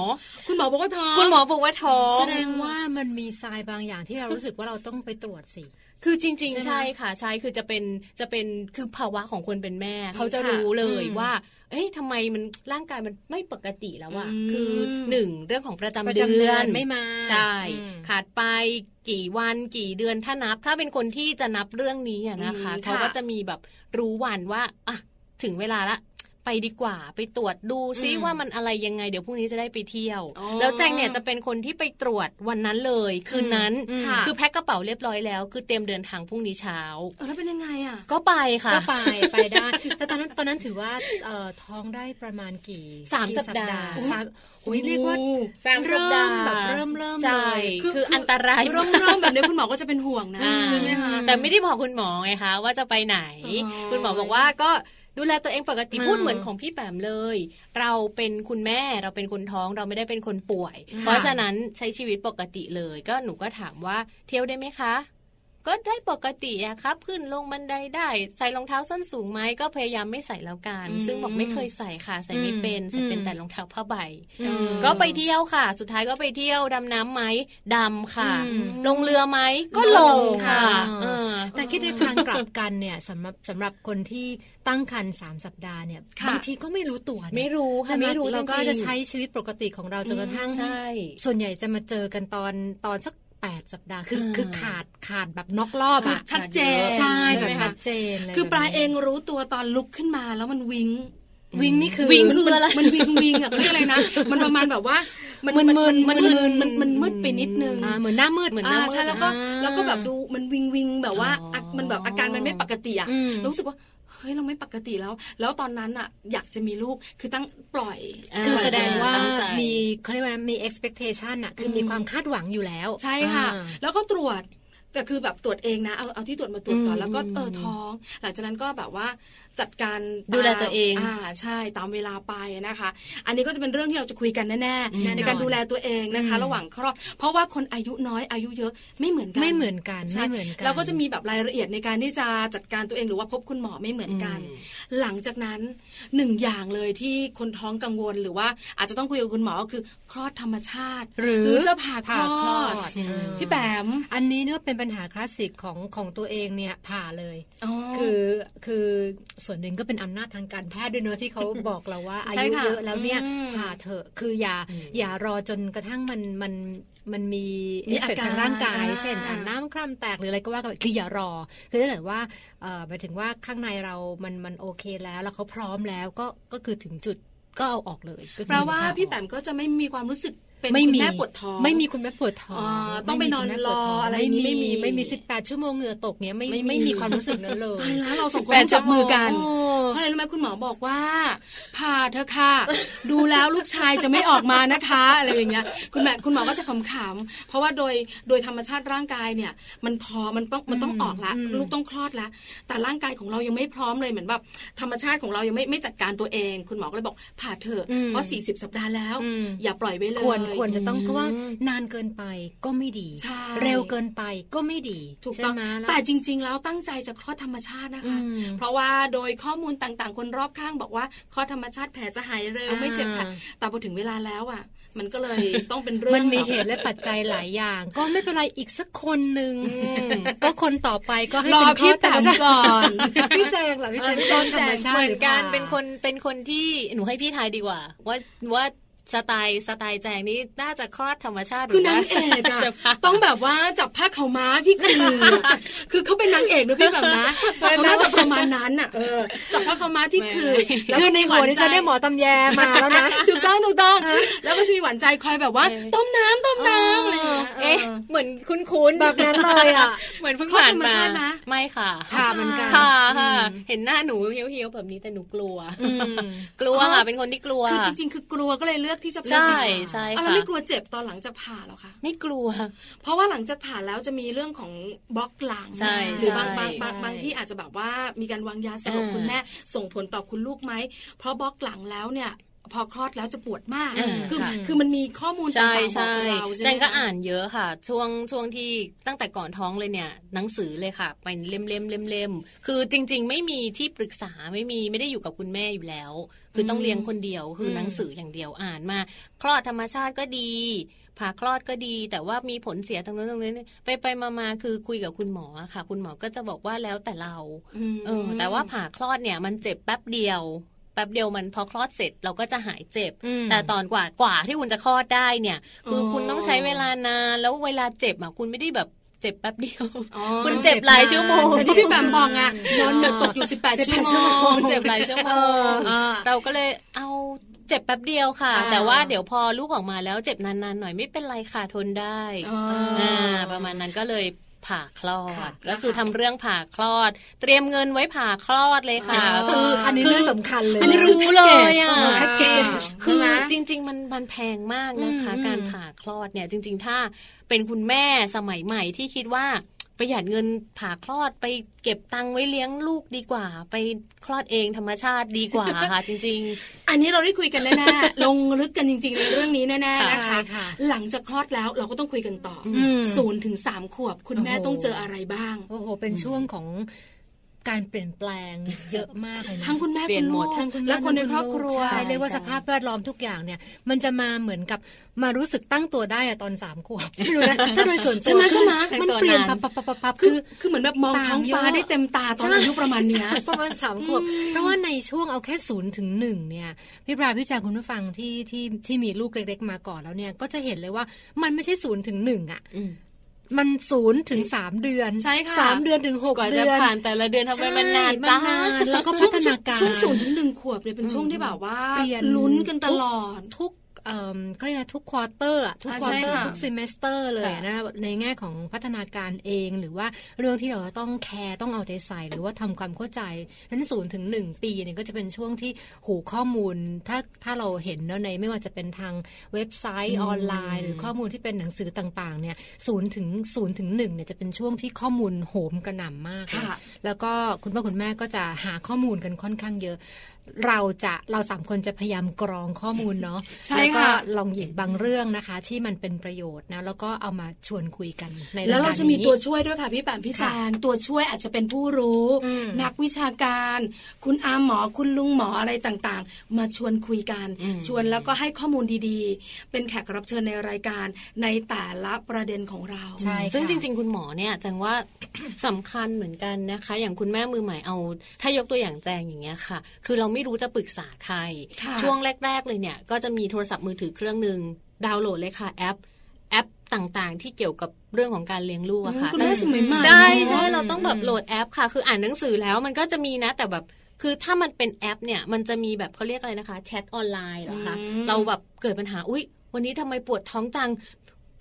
Speaker 4: คุณหมอบอกว่าท้อง
Speaker 3: คุณหมอบอกว่าท้อง
Speaker 2: แสดงว่ามันมีทรายบางอย่างที่เรารู้สึกว่าเราต้องไปตรวจสิ
Speaker 3: คือจริง
Speaker 2: ใช่ไหม
Speaker 3: ๆ ใช่ค่ะ ใช่คือจะเป็นจะเป็นคือภาวะของคนเป็นแม่ เขาจะ
Speaker 4: ค่ะ
Speaker 3: รู้เลย
Speaker 2: อืม
Speaker 3: ว่า เอ๊ะทำไมมันร่างกายมันไม่ปกติแล้วอะ
Speaker 4: อืม
Speaker 3: คือหนึ่งเรื่องของประจำ
Speaker 2: ประ
Speaker 3: เดื
Speaker 2: จำเดื
Speaker 3: อ
Speaker 2: อน
Speaker 3: น
Speaker 2: ไม่มา
Speaker 3: ใช่
Speaker 2: อืม
Speaker 3: ขาดไปกี่วันกี่เดือนถ้านับ ถ้าเป็นคนที่จะนับเรื่องนี้อะนะคะ
Speaker 4: อืมค่ะ
Speaker 3: เขาก็จะมีแบบรู้วันว่าอ่ะถึงเวลาละ ไปดีกว่า ไปตรวจดูซิ
Speaker 2: อืม
Speaker 3: ว่ามันอะไรยังไง เดี๋ยวพรุ่งนี้จะได้ไปเที่ยว
Speaker 4: อ๋อ
Speaker 3: แล้วแจงเนี่ยจะเป็นคนที่ไปตรวจวันนั้นเลย คืนนั้น
Speaker 2: อืม
Speaker 4: ค่ะ
Speaker 3: คือแพ็คกระเป๋าเรียบร้อยแล้ว คือเตรียมเดินทางพรุ่งนี้เช้า
Speaker 4: เออแล้วเป็นยังไงอะ
Speaker 3: ก็ไปค่ะ
Speaker 2: ก็ไปไปได้ แต่ตอนนั้นตอนนั้นถือว่าเอ่อท้องได้ประมาณกี่
Speaker 3: สาม
Speaker 2: กี่
Speaker 3: สัปดาห์
Speaker 2: สามอุ้ยเรียกว่า
Speaker 3: สามสัปดาห์
Speaker 2: เริ่มแบบเริ่มเริ่ม
Speaker 3: ใช่
Speaker 2: เลย
Speaker 3: คือ
Speaker 4: คือ
Speaker 3: คืออันตราย
Speaker 4: เริ่มเริ่มแบบนี้คุณหมอก็จะเป็นห่วงนะ
Speaker 3: อ่า
Speaker 4: ใช่ไหมคะ
Speaker 3: แต่ไม่ได้บอกคุณหมอไงคะ ว่าจะไปไหน
Speaker 4: อ๋อ
Speaker 3: คุณหมอบอกว่าก็ดูแลตัวเองปกติ
Speaker 2: อืม
Speaker 3: พูดเหมือนของพี่แปมเลย เราเป็นคุณแม่เราเป็นคนท้องเราไม่ได้เป็นคนป่วย
Speaker 2: ค่ะ
Speaker 3: เพราะฉะนั้นใช้ชีวิตปกติเลย ก็หนูก็ถามว่าเที่ยวได้ไหมคะ ก็ได้ปกติอะครับ ขึ้นลงบันไดได้ ใส่รองเท้าส้นสูงไหมก็พยายามไม่ใส่แล้วกัน
Speaker 4: อืม
Speaker 3: ซึ่งบอกไม่เคยใส่ค่ะใส่ไม่เป็นใส่เป็นแต่รองเท้าผ้าใบ
Speaker 2: อืม
Speaker 3: ก็ไปเที่ยวค่ะ สุดท้ายก็ไปเที่ยวดำน้ำไหมดำค่ะ
Speaker 2: อืม
Speaker 3: ลงเรือไหมก็ลงค่ะ
Speaker 2: ลงค่ะ
Speaker 3: เออ
Speaker 2: แต่คิดในทางกลับกันเนี่ยสำหรับสำหรับคนที่ตั้งครรภ์สามสัปดาห์เนี่ย
Speaker 3: ค่ะ
Speaker 2: บางทีก็ไม่รู้ตัวนะ
Speaker 3: ไม่รู้ค่ะ
Speaker 2: ใช่ไห
Speaker 3: ไม่รู้
Speaker 2: เราก็
Speaker 3: ริงๆ
Speaker 2: จะใช้ชีวิตปกติของเราจนกระทั่ง
Speaker 3: ใช่
Speaker 2: ส่วนใหญ่จะมาเจอกันตอนตอนสักแปดสัปดาห์คือ
Speaker 3: อ่า
Speaker 2: คือขาดขาดแบบน็อกรอบ
Speaker 4: คือ
Speaker 2: อะ
Speaker 4: ชัดเจน
Speaker 2: ใช่
Speaker 4: ไห
Speaker 2: แบ
Speaker 4: ม
Speaker 2: บ
Speaker 4: คะ
Speaker 2: ชัดเจนเลย
Speaker 4: คือปลา
Speaker 2: แบบ
Speaker 4: เอ
Speaker 2: นี้
Speaker 4: งรู้ตัวตอนลุกขึ้นมาแล้วมันวิง
Speaker 2: วิ่งนี่คือ
Speaker 4: มันมันมันวิงวิงอะเขาเรียกอะไรนะ มันประมาณแบบว่า มัน
Speaker 2: มึน
Speaker 4: มัน
Speaker 2: มึ
Speaker 4: มัน นมันมันมันมืดไปนิดนึง
Speaker 2: อ่าเหมือนหน้ามืด
Speaker 3: เหมือนห
Speaker 4: อ่า
Speaker 3: น้ามืด
Speaker 4: ใช่แล้วก็
Speaker 2: อ่า
Speaker 4: แล้วก็แบบดูมันวิงวิงแบบว่า
Speaker 3: อ๋ออ่
Speaker 4: ะมันแบบอาการมันไม่ปกติอะ
Speaker 2: อืม
Speaker 4: รู้สึกว่าเฮ้ยเราไม่ปกติแล้ว แล้วตอนนั้นอะอยากจะมีลูกคือตั้งปล่อย
Speaker 3: อ่า
Speaker 2: คือแสดงว่า
Speaker 3: ตั้งใจ
Speaker 2: มีเขาเรียกว่ามี expectation อะคือมีความคาดหวังอยู่แล้ว
Speaker 4: ใช่ค่ะ
Speaker 2: อ่า
Speaker 4: แล้วก็ตรวจ ก็คือแบบตรวจเองนะเอาเอาที่ตรวจมาตรวจก่อ
Speaker 3: อื
Speaker 4: น
Speaker 3: ม
Speaker 4: แล้วก็เออท้อง หลังจากนั้นก็แบบว่าจัดการ
Speaker 3: ดูแล
Speaker 4: าม
Speaker 3: ตัวเอง
Speaker 4: อ่าใช่ตามเวลาไปนะคะ อันนี้ก็จะเป็นเรื่องที่เราจะคุยกันแน่
Speaker 3: อืม
Speaker 4: ๆในการดูแลตัวเองนะคะ
Speaker 2: อืม
Speaker 4: ระหว่างคลอดเพราะว่าคนอายุน้อยอายุเยอะไม่เหมือนกัน
Speaker 2: ไม่เหมือนกันไม่เหมือนกัน
Speaker 4: เราก็จะมีแบบรายละเอียดในการที่จะจัดการตัวเองหรือว่าพบคุณหมอไม่เหมือนกัน
Speaker 3: อืม
Speaker 4: หลังจากนั้นหนึ่งอย่างเลยที่คนท้องกังวลหรือว่าอาจจะต้องคุยกับคุณหมอก็คือคลอดธรรมชาติ
Speaker 2: หรือ
Speaker 4: จะผ่าคล
Speaker 2: ผ่าคล
Speaker 4: อ
Speaker 2: อ
Speaker 4: ด
Speaker 2: ด
Speaker 4: พี่แปม
Speaker 2: อันนี้เนี่ยเป็นปัญหาคลาสสิกของของตัวเองเนี่ยผ่าเลย
Speaker 4: อ๋อ
Speaker 2: คือคือส่วนหนึ่งก็เป็นอำนาจทางการแพทย์ด้วยเนอะที่เขา บอกเราว่าอา
Speaker 4: ใช่
Speaker 2: ยุ
Speaker 4: ค่ะ
Speaker 2: เยอะแล้วเนี่ย
Speaker 4: อืม
Speaker 2: ผ่าเถอะคืออย่าอย่ารอจนกระทั่งมันมันมันมี
Speaker 4: มี
Speaker 2: เอฟเฟกต์
Speaker 4: อาการ
Speaker 2: ทางร่างกาย
Speaker 4: อ่า
Speaker 2: เช่นอ่ะน้ำคร่ำแตกหรืออะไรก็ว่ากันไปคืออย่ารอ คือถ้าเกิดว่าเอ่อหมายถึงว่าข้างในเรามันมันโอเคแล้ว แล้วเขาพร้อมแล้วก็ก็คือถึงจุดก็เอาออกเลยก็คือ
Speaker 4: แปลว่า
Speaker 2: เอออก
Speaker 4: พี่แปมก็จะไม่มีความรู้สึกเป็น
Speaker 2: ไม่
Speaker 4: คุณ
Speaker 2: มี
Speaker 4: แม่ปวดท้อง
Speaker 2: ไม่มีคุณแม่ปวดท้อง
Speaker 4: อ่าต้องไปนอนรออะไร
Speaker 2: ไม่มีไม่มี
Speaker 4: ไม่มี
Speaker 2: ไม่มีสิบแปดชั่วโมงเหงื่อตกเนี้ยไม่
Speaker 4: ไม่มี
Speaker 2: ไม่มีความรู้สึกนั้นเลย
Speaker 4: ตายแล้วเราสองคน
Speaker 3: แปด
Speaker 4: ต้องจับมือกัน
Speaker 3: ชั่วโม
Speaker 2: โอ้
Speaker 4: เพราะอะไรรู้ไหมคุณหมอบอกว่า ผ่าเธอะค่ะ ดูแล้วลูกชายจะไม่ออกมานะคะอะไรอย่างเงี้ยคุณแม่คุณหมอก็จะขำๆเพราะว่าโดยโดยธรรมชาติร่างกายเนี่ย มันพอมันต้องมันต้องออกละ
Speaker 2: อืม
Speaker 4: ลูกต้องคลอดละแต่ร่างกายของเรายังไม่พร้อมเลยเหมือนแบบธรรมชาติของเรายังไม่ไม่จัดการตัวเอง คุณหมอก็เลยบอกผ่าเถอะเพราะ 40 สัปดาห์แล้ว
Speaker 2: อืม
Speaker 4: อย่าปล่อยไว้เลย
Speaker 2: ควรควรจะต้องเพราะว่านานเกินไปก็ไม่ดี
Speaker 4: ใช่
Speaker 2: เร็วเกินไปก็ไม่ดี
Speaker 4: ถูกต้อง
Speaker 2: ใช่ไหมล้ว
Speaker 4: แต่จริง ๆ แล้วตั้งใจจะคลอดธรรมชาตินะคะ
Speaker 2: อืม
Speaker 4: เพราะว่าโดยข้อมูลต่างๆ คนรอบข้างบอกว่าคลอดธรรมชาติแผลจะหายเร็ว
Speaker 2: อ่า
Speaker 4: ไม่เจ็บแผลแต่พอถึงเวลาแล้วอ่ะ มันก็เลย ต้องเป็นเรื่อง
Speaker 2: มันมี
Speaker 4: แบบ
Speaker 2: เหตุและปัจจัยหลายอย่าง ก็ไม่เป็นไรอีกสักคนหนึ่งก็คนต่อไปก็ให้
Speaker 4: รอ
Speaker 2: เป็น
Speaker 4: พี่
Speaker 2: ข้อธร
Speaker 4: แต๋
Speaker 2: ร
Speaker 4: ม
Speaker 2: มชา
Speaker 4: ก่อ
Speaker 2: ติ
Speaker 4: น
Speaker 2: พี่แจงเหรอพี่แจงต้นธรรมชาติ
Speaker 3: เหมือนกัน
Speaker 2: หรือ
Speaker 3: เป็นคนเป็นคนที่หนูให้พี่ทายดีกว่า ว่าว่าสไตล์สไตล์แจงนี่น่าจะคลอดธรรมชาติห
Speaker 4: คื
Speaker 3: รือ ว่าน
Speaker 4: างเอกอะ
Speaker 3: จะผ่า
Speaker 4: ต้องแบบว่าจับผ้าขาวม้าที่คือ คือเขาเป็นนางเอกนะพี่แบบนะเขาน่าจะประมาณนั้นอ่ะเออจับผ้าขาวม้าที่คือแล้ว
Speaker 2: คือในหัว
Speaker 4: มี
Speaker 2: นี่จะได้หมอตำแยมาแล้วนะ
Speaker 4: ถูกต้องถูกต้องแล้วก็จะมีหวานใจคอยแบบว่า
Speaker 3: เออ
Speaker 4: ต้มน้ำต้มน้ำอะไรอย่างเงี้ย
Speaker 3: เอ๊ะเหมือนคุ้นๆ
Speaker 2: แบบนั้นเลยอ่ะ
Speaker 3: เหมือนเพิ่ง
Speaker 4: คลอด
Speaker 3: ผ่าน
Speaker 4: ธรรม
Speaker 3: มา
Speaker 4: ชาติไหม
Speaker 3: ไม่ค่ะ
Speaker 2: ผ่าเหมือนกัน
Speaker 3: ค่ะค่ะ
Speaker 2: อืม
Speaker 3: เห็นหน้าหนูเหี่ยวๆแบบนี้แต่หนูกลัว
Speaker 2: อืม
Speaker 3: กลัวค่ะเป็นคนที่กลัว
Speaker 4: คือจริงๆ คือกลัวก็เลยเลือกที่จะผ่า
Speaker 3: ใช่ใช่
Speaker 4: เอาแล้ว
Speaker 3: ค่ะ
Speaker 4: ไม่กลัวเจ็บตอนหลังจากผ่าเหรอคะ
Speaker 3: ไม่กลัว
Speaker 4: เพราะว่าหลังจากผ่าแล้วจะมีเรื่องของบล็อกหลัง
Speaker 3: ใช่
Speaker 4: หรือ
Speaker 3: ใช่
Speaker 4: บางบางบาง
Speaker 2: ใช่
Speaker 4: บางที่อาจจะแบบว่ามีการวางยาสลบ
Speaker 3: อ่า
Speaker 4: คุณแม่ส่งผลต่อคุณลูกไหม เพราะบล็อกหลังแล้วเนี่ย พอคลอดแล้วจะปวดมาก
Speaker 3: อ่า
Speaker 4: คือ
Speaker 3: ค่ะ
Speaker 4: คือมันมีข้อมูลต่า
Speaker 3: ใช่
Speaker 4: งๆบอ
Speaker 3: ใช่
Speaker 4: กเรา
Speaker 3: แจ
Speaker 4: ใช่ไหม
Speaker 3: งก็
Speaker 4: คะ
Speaker 3: อ่านเยอะค่ะ ช่วงช่วงที่ตั้งแต่ก่อนท้องเลยเนี่ย หนังสือเลยค่ะ เป็นเล่มเล่มเล่มเล่มคือจริง ๆ ไม่มีที่ปรึกษาไม่มีไม่ได้อยู่กับคุณแม่อยู่แล้ว คือต้องเลี้ยงคนเดียวคืออ
Speaker 2: ม
Speaker 3: หนังสืออย่างเดียวอ่านมา คลอดธรรมชาติก็ดีผ่าคลอดก็ดี แต่ว่ามีผลเสียตรงนั้นตรงนี้ไปไปมามาคือคุยกับคุณหมออะค่ะ คุณหมอก็จะบอกว่าแล้วแต่เรา เออแต่ว่าผ่าคลอดเนี่ยมันเจ็บแป๊บเดียว แป๊บเดียวมันพอคลอดเสร็จเราก็จะหายเจ็บ
Speaker 2: อืม
Speaker 3: แต่ตอนกว่ากว่าที่คุณจะคลอดได้เนี่ย คืออ
Speaker 4: อ
Speaker 3: คุณต้องใช้เวลานานแล้วเวลาเจ็บอ่ะคุณไม่ได้แบบเจ็บแป๊บเดียว
Speaker 4: อ๋อ
Speaker 3: คุณเจ็บหลายชั่วโมง
Speaker 4: แต่ที่พี่แบมบอกอะนอนเดือดตกอยู่ 18 ชั่วโมง
Speaker 3: เจ็บหลายชั่วโมง
Speaker 4: อ่า
Speaker 3: เราก็เลยเอาเจ็บแป๊บเดียวค่ะ
Speaker 4: อ่า
Speaker 3: แต่ว่าเดี๋ยวพอลูกออกมาแล้วเจ็บนานๆหน่อยไม่เป็นไรค่ะทนได้
Speaker 4: อ่า
Speaker 3: อ่าประมาณนั้นก็เลยผ่าคลอ
Speaker 4: ค่ะ
Speaker 3: ด ก็คือทำเรื่องผ่าคลอด เตรียมเงินไว้ผ่าคลอดเลยค่ะ
Speaker 4: อ๋อ
Speaker 3: คือ
Speaker 2: อั
Speaker 3: อั
Speaker 2: นนี้เรื่องสำคัญเลย
Speaker 4: อั
Speaker 3: อั
Speaker 4: น
Speaker 3: น
Speaker 4: นี้
Speaker 3: นี้
Speaker 4: คือ
Speaker 3: รู้เลยอ่ะ
Speaker 4: แพ็กเกจใช่ไหม
Speaker 3: คือจริง ๆ มันมันแพงมากนะคะ
Speaker 2: อืม
Speaker 3: การผ่าคลอดเนี่ยจริง ๆ ถ้าเป็นคุณแม่สมัยใหม่ที่คิดว่าประหยัดเงินผ่าคลอดไปเก็บตังค์ไว้เลี้ยงลูกดีกว่า ไปคลอดเองธรรมชาติดีกว่าค่ะ จริง
Speaker 4: อันนี้เราได้คุยกันแน่ ๆ ลงลึกกันจริงๆ ในเรื่องนี้แน่ๆนะ
Speaker 2: ใช่
Speaker 4: คะ
Speaker 2: ค่ะ
Speaker 4: หลังจากคลอดแล้วเราก็ต้องคุยกันต่ออ
Speaker 2: อืม
Speaker 4: ศูนย์ถึงสามขวบ คุณแม่
Speaker 2: โอ้โห
Speaker 4: ต้องเจออะไรบ้าง
Speaker 2: โอ้โห เป็นช่วงของการเปลี่ยนแปลงเยอะมากเลยนะ
Speaker 4: ทั้งคุณแม่
Speaker 3: เปลี่ยน
Speaker 4: คุณ
Speaker 3: ห
Speaker 4: ลู
Speaker 3: ม
Speaker 4: ก
Speaker 3: ด
Speaker 2: ทั้งณแม่
Speaker 4: และคนในครอบครัว
Speaker 2: ใช่เรียกว่า
Speaker 3: ใช่
Speaker 2: สภาพแวดล้อมทุกอย่างเนี่ย มันจะมาเหมือนกับมารู้สึกตั้งตัวได้อะตอนสามขวบไม่รู้นะถ้าโดยส่วนตัว
Speaker 4: ใช่ไหมใช่ไหม
Speaker 2: คือมันเปลี่ยนปับปับปับปับปับคื
Speaker 4: คื
Speaker 2: อ อ
Speaker 4: คือเหมือนแบบมอง
Speaker 2: ต่าง
Speaker 4: ท้องฟ้า
Speaker 2: เยอะ
Speaker 4: ได้เต็มตาตอนอายุประมาณเนี้ย
Speaker 2: ประมาณสามขวบเพราะว่าในช่วงเอาแค่ศูนย์ถึงหนึ่งเนี่ยพี่ปราพี่แจาคุณผู้ฟังที่ที่ที่มีลูกเล็กๆมาก่อนแล้วเนี่ยก็จะเห็นเลยว่ามันไม่ใช่ศูนย์ถึงหนึ่งอ่ะ
Speaker 3: อืม
Speaker 2: มันศูนย์ถึงสามเดือน
Speaker 4: ใช่ค่ะ
Speaker 2: สามเดือนถึงห
Speaker 3: ๆ
Speaker 2: ก
Speaker 3: กว่า
Speaker 2: เดื
Speaker 3: จะ
Speaker 2: อน
Speaker 3: ผ่านแต่ละเดือนทำไมมันนาน
Speaker 2: ใช่
Speaker 3: จ้า
Speaker 2: มันนานแล้วก็พั
Speaker 4: ช่วง
Speaker 2: ฒนาการ
Speaker 4: ช่วงศูนย์ถึงหนึ่งขวบเนี่ยเป็นช่วงที่แบบว่า
Speaker 2: เปลี่ยน
Speaker 4: ลุ้นกันตลอด
Speaker 2: ทุก เอิ่มก็เลยกนะทุกควอเตอร์ทุก
Speaker 4: อ่า
Speaker 2: ควอ
Speaker 4: ใช่
Speaker 2: เตอร์
Speaker 4: ค่ะ
Speaker 2: ทุก s ิเมสเตอร์เลย
Speaker 4: ค่ะ
Speaker 2: นะในแง่ของพัฒนาการเองหรือว่าเรื่องที่เราจะต้องแคร์ต้องเอาใจใส่ หรือว่าทำความเข้าใจนั้นศูนย์ถึงหนึ่งปีเนี่ยก็จะเป็นช่วงที่หูข้อมูล ถ้าถ้าเราเห็นแล้วในไม่ว่าจะเป็นทางเว็บไซต์ออนไลน์ หรือข้อมูลที่เป็นหนังสือต่างๆเนี่ยศูนย์ถึงศูนย์ถึงหนึ่งเนี่ยจะเป็นช่วงที่ข้อมูลโหมกระหน่ำมากเลย
Speaker 4: ค่ะ
Speaker 2: แล้วก็คุณพ่อคุณแม่ก็จะหาข้อมูลกันค่อนข้างเยอะ เราจะเราสามคนจะพยายามกรองข้อมูลเนาะ
Speaker 4: ใช่
Speaker 2: แล้วก็
Speaker 4: ค่ะ
Speaker 2: ลองหยิบบางเรื่องนะคะ ที่มันเป็นประโยชน์นะแล้วก็เอามาชวนคุยกันใน
Speaker 4: แล้วเรา
Speaker 2: ยก
Speaker 4: จะมี
Speaker 2: นี้
Speaker 4: ตัวช่วยด้วยค่ะพี่แปมพี่จางตัวช่วยอาจจะเป็นผู้รู้
Speaker 2: อืม
Speaker 4: นักวิชาการ คุณอาหมอคุณลุงหมออะไรต่างๆ มาชวนคุยกัน
Speaker 3: อืม
Speaker 4: ชวนแล้วก็ให้ข้อมูลดีๆ เป็นแขกรับเชิญในรายการในแต่ละประเด็นของเรา
Speaker 2: ใช่ ค่ะ
Speaker 3: ซึ่งจริง ๆ คุณหมอเนี่ยจังว่า สำคัญเหมือนกันนะคะ อย่างคุณแม่มือใหม่เอา ถ้ายกตัวอย่างแจงอย่างเงี้ยค่ะ คือเราไม่รู้จะปรึกษาใคร
Speaker 4: ค่ะ
Speaker 3: ช่วงแรก ๆ เลยเนี่ย ก็จะมีโทรศัพท์มือถือเครื่องหนึ่งดาวน์โหลดเลยค่ะแอปแอปต่างๆ ที่เกี่ยวกับเรื่องของการเลี้ยงลูกอะค่ะ
Speaker 4: อืมคุณแม่สมัยใหม่
Speaker 3: ใช่
Speaker 4: เนอะ
Speaker 3: ใช่เราต้องแบบโหลดแอปค่ะ คืออ่านหนังสือแล้วมันก็จะมีนะ แต่แบบคือถ้ามันเป็นแอปเนี่ยมันจะมีแบบเขาเรียกอะไรนะคะแชทออนไลน์เหรอคะ
Speaker 4: อืม
Speaker 3: เราแบบเกิดปัญหาอุ๊ย วันนี้ทำไมปวดท้องจัง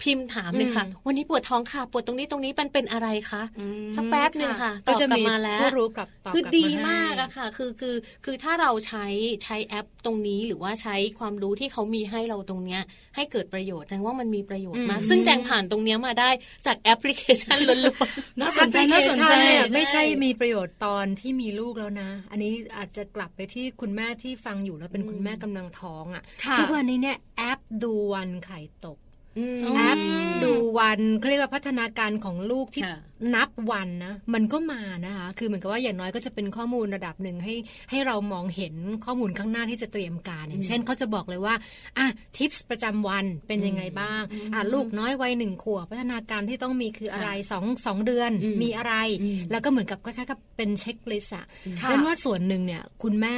Speaker 3: พิมพ์ถามเลยค่ะ
Speaker 2: อืม
Speaker 3: วันนี้ปวดท้องค่ะ ปวดตรงนี้ตรงนี้มันเป็นอะไรคะ
Speaker 4: อืม
Speaker 3: สักแป๊บหนึ่งค่ะต
Speaker 2: ก็
Speaker 3: อบ
Speaker 2: จะ
Speaker 3: กลับ
Speaker 2: มี
Speaker 3: มาแล้ว
Speaker 2: ผู้รู้กลับตอบ
Speaker 3: คือก
Speaker 2: ลับ
Speaker 3: ดี
Speaker 2: ให้
Speaker 3: มากอะค่ะ คือคือคือถ้าเราใช้ใช้แอปตรงนี้หรือว่าใช้ความรู้ที่เขามีให้เราตรงเนี้ย ให้เกิดประโยชน์แจงว่ามันมีประโยชน์มาก
Speaker 2: อืม
Speaker 3: ซึ่งแจงผ่านตรงเนี้ยมาได้จากแอปพลิเคชันล้วนๆ
Speaker 4: น่าสนใจน่าสนใจ
Speaker 2: แอปพลิเคชัเยไม่ใช่มีประโยชน์ตอนที่มีลูกแล้วนะ อันนี้อาจจะกลับไปที่คุณแม่ที่ฟังอยู่แล้วเป็นคุณแม่กำลังท้องอ่ะ
Speaker 4: ค่ะ
Speaker 2: ทุกวันนี้เนี่ยแอปดูวันไข่ตก
Speaker 3: ม
Speaker 4: อื
Speaker 2: แอปดูวันเขาเรียกว่าพัฒนาการของลูกที่
Speaker 3: ค่ะ
Speaker 2: นับวันนะมันก็มานะคะ คือเหมือนกับว่าอย่างน้อยก็จะเป็นข้อมูลระดับหนึ่งให้ให้เรามองเห็นข้อมูลข้างหน้าที่จะเตรียมการอย่างเช่นเขาจะบอกเลยว่าอ่ะทิปส์ประจำวันเป็นยังไงบ้างอ่ะลูกน้อยวัยหนึ่งขวบพัฒนาการที่ต้องมีคืออะไรสองสองเดือน
Speaker 3: อืม
Speaker 2: มีอะไร
Speaker 3: อืม
Speaker 2: แล้วก็เหมือนกับคล้ายๆกับเป็นเช็คลิสอะ
Speaker 4: ค่ะ
Speaker 2: เรียกว่าส่วนหนึ่งเนี่ยคุณแม่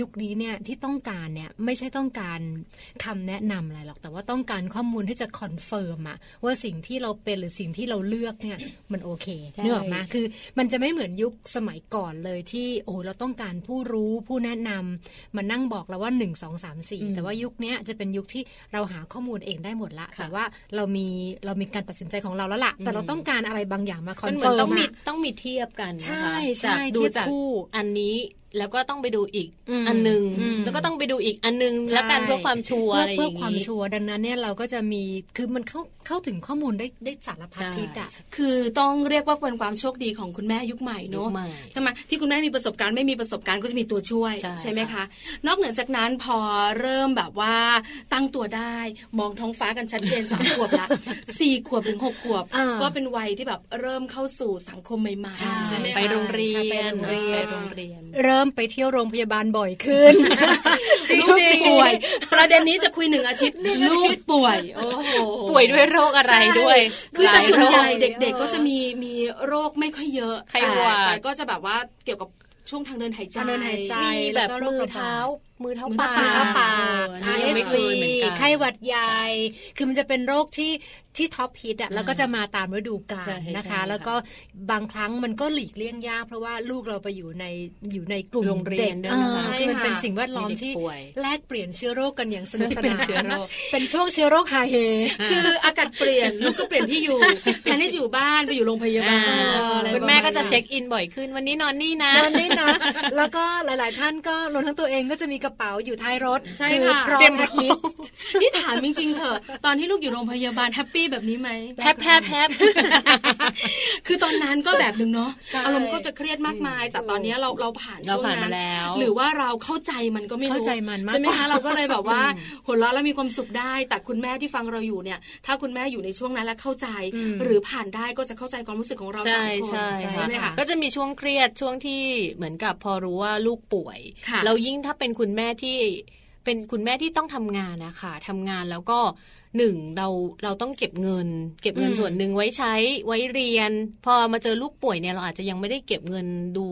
Speaker 2: ยุคนี้เนี่ยที่ต้องการเนี่ยไม่ใช่ต้องการคำแนะนำอะไรหรอกแต่ว่าต้องการข้อมูลที่จะคอนเฟิร์มอะว่าสิ่งที่เราเป็นหรือสิ่งที่เราเลือกเนี่ย มันโอเค
Speaker 3: ใช่
Speaker 2: นึกออกไหมคือมันจะไม่เหมือนยุคสมัยก่อนเลยที่โอ้โหเราต้องการผู้รู้ผู้แนะนำมานั่งบอกเราว่า 1 2 3 4 แต่ว่ายุคเนี้ยจะเป็นยุคที่เราหาข้อมูลเองได้หมดละแต่ว่าเรามีเรามีการตัดสินใจของเราแล้วล่ะแต่เราต้องการอะไรบางอย่างมาคอ
Speaker 3: มั
Speaker 2: น
Speaker 3: นเหมือ
Speaker 2: เฟิร์ม
Speaker 3: นต้องมี
Speaker 2: อะ
Speaker 3: ต้องมีเทียบกันนะ
Speaker 2: ใช่
Speaker 3: คะ
Speaker 2: ใช่
Speaker 3: จากดู
Speaker 2: เทียบ
Speaker 3: จาก
Speaker 2: คู่
Speaker 3: อันนี้แล้วก็ต้องไปดูอีก
Speaker 2: อืม
Speaker 3: อันหนึ่ง
Speaker 2: อืม
Speaker 3: แล้วก็ต้องไปดูอีกอันหนึง
Speaker 2: ใช่
Speaker 3: แล้วกันเพื่อความชัวร์อะไรอ
Speaker 2: เพื่อย่าง
Speaker 3: นี้
Speaker 2: ความชัวร์ดังนั้นเนี่ยเราก็จะมีคือมันเข้าเข้าถึงข้อมูลได้ได้สารพัด
Speaker 3: ใช่
Speaker 2: ทิศอะ
Speaker 4: คือต้องเรียกว่าเป็นความโชคดีของคุณแม่ยุคใหม่
Speaker 3: ยุ
Speaker 4: เนาะ
Speaker 3: คใหม่
Speaker 4: ใช่ไหมที่คุณแม่มีประสบการณ์ไม่มีประสบการณ์ก็จะมีตัวช่วย
Speaker 3: ใช่
Speaker 4: ไหม
Speaker 3: ค่ะ
Speaker 4: คะ นอกเหนือจากนั้นพอเริ่มแบบว่าตั้งตัวได้มองท้องฟ้ากันชัดเจน สามขวบละสี่ขวบถึงหกขวบ
Speaker 2: อ่า
Speaker 4: ก็เป็นวัยที่แบบเริ่มเข้าสู่สังคมใหม่
Speaker 2: ใช่
Speaker 4: ๆใช่ไหมคะ
Speaker 3: ไปโรงเรีย
Speaker 2: ใช่
Speaker 3: น
Speaker 2: ไปโรงเรียน
Speaker 3: ไปโรงเรียน
Speaker 2: เริ่มไปเที่ยวโรงพยาบาลบ่อยขึ้น
Speaker 3: จริง
Speaker 4: ลู
Speaker 3: ๆ
Speaker 4: กป่วย ประเด็นนี้จะคุยหนึ่งอาทิตย์ลูกป่วยโอ้โห
Speaker 3: ป่วยด้วยโรคอะไรด้วย
Speaker 4: คือ
Speaker 3: หลา
Speaker 4: แต่
Speaker 3: ย
Speaker 4: ส่วนให
Speaker 3: โรค
Speaker 4: ญ่เด็กๆ ก็จะมีมีโรคไม่ค่อยเยอะ
Speaker 3: ไข้หวัด
Speaker 4: แต่แต่ก็จะแบบว่าเกี่ยวกับช่วงทางเดินหายใจ
Speaker 2: ทางเดินหายใจ
Speaker 3: มี
Speaker 2: แล้ว
Speaker 3: แบบ
Speaker 2: ก็โร
Speaker 3: มื
Speaker 2: ค
Speaker 3: อ
Speaker 2: ระบาด
Speaker 3: เท้า มือเท้า
Speaker 4: มือ
Speaker 3: ปา
Speaker 4: เท้าก ปาก
Speaker 2: เข้าปาก
Speaker 3: เออนี่ยังไม่
Speaker 2: RSV
Speaker 3: เคยเหมือนกัน
Speaker 2: ไข้หวัดใหญ่ คือมันจะเป็นโรคที่ที่ท็อปฮิตอ่ะ
Speaker 3: อ่า
Speaker 2: แล้วก็จะมาตามฤดูกา
Speaker 3: ใช่
Speaker 2: ล
Speaker 3: ใช่
Speaker 2: นะคะ
Speaker 3: ค่ะ
Speaker 2: แล้วก็บางครั้งมันก็หลีกเลี่ยงยาก เพราะว่าลูกเราไปอยู่ในอยู่ในกลุ่ม
Speaker 3: โรงเรียน
Speaker 2: ด็ก
Speaker 3: ด้วยนะคะ
Speaker 2: อ่าคือมัน
Speaker 4: ใช่ค่ะ
Speaker 2: เป็นสิ่งแวดล้อมที่
Speaker 3: มีเด็กป่วย
Speaker 2: แลกเปลี่ยนเชื้อโรคกันอย่างสนุก
Speaker 3: เป็
Speaker 2: สา
Speaker 3: น
Speaker 2: น
Speaker 3: นเชื้อโรค
Speaker 2: เป็นช่วงเชื้อโรคฮาเฮ
Speaker 4: คืออากาศเปลี่ยนลูกก็เปลี่ยน ที่ อยู่แทนที่จะอยู่บ้านไปอยู่โรงพยาบา
Speaker 3: อ่า
Speaker 4: ลอะไร
Speaker 3: คุณแม่
Speaker 4: ปร
Speaker 3: ก็
Speaker 4: ณ
Speaker 3: จะ
Speaker 4: นั้น
Speaker 3: เช็คอินบ่อยขึ้น วันนี้นอนนี่นะ
Speaker 2: นอนได้นะ แล้วก็หลาย ๆ ท่านก็รวมทั้งตัวเองก็จะมีกระเป๋าอยู่ท้ายรถ
Speaker 4: ใช่
Speaker 2: คื
Speaker 4: ค่ะ
Speaker 2: พร้อ
Speaker 3: เตรีย
Speaker 2: ม
Speaker 3: ม
Speaker 2: แอ
Speaker 3: พ
Speaker 2: ด
Speaker 3: ร้อม
Speaker 2: มิด
Speaker 4: นี่ถามจริงๆเถอะตอนที่ลูกอยู่โรงพยาบาลแฮปปี้แบบนี้ไหม
Speaker 3: แพบแพบแพบ
Speaker 4: คือตอนนั้นก็แบบหนึ่งเนาะ
Speaker 3: ใช่
Speaker 4: อารมณ์ก็จะเครียดมากมาย แต่ตอนเนี้ยเราเราผ่าน
Speaker 3: เรา
Speaker 4: ช่วง
Speaker 3: ผ่าน
Speaker 4: นั้
Speaker 3: มาน แล้ว
Speaker 4: หรือว่าเราเข้าใจมันก็ไม่รู้
Speaker 2: เข้าใจมันมากกว่า
Speaker 4: ใช่ไหมคะเราก็เลยแบบว่าหัวเราะแล้วมีความสุขได้ แต่คุณแม่ที่ฟังเราอยู่เนี่ย ถ้าคุณแม่อยู่ในช่วงนั้นและเข้าใจ หรือผ่านได้ก็จะเข้าใจความรู้สึกของเราสา
Speaker 3: ใช่
Speaker 4: มคน
Speaker 3: ใช่
Speaker 4: ใช่ไหม
Speaker 3: ค่ะ
Speaker 4: คะ
Speaker 3: ก็จะมีช่วงเครียดช่วงที่เหมือนกับพอรู้ว่าลูกป่วย
Speaker 4: ค่ะ
Speaker 3: เรายิ่งถ้าเป็นคุณแม่ที่เป็นคุณแม่ที่ต้องทำงานนะคะทำงานแล้วก็ หนึ่งเราเราต้องเก็บเงิน เก็บเงิน
Speaker 4: อืม
Speaker 3: ส่วนหนึ่งไว้ใช้ไว้เรียน พอมาเจอลูกป่วยเนี่ยเราอาจจะยังไม่ได้เก็บเงินดู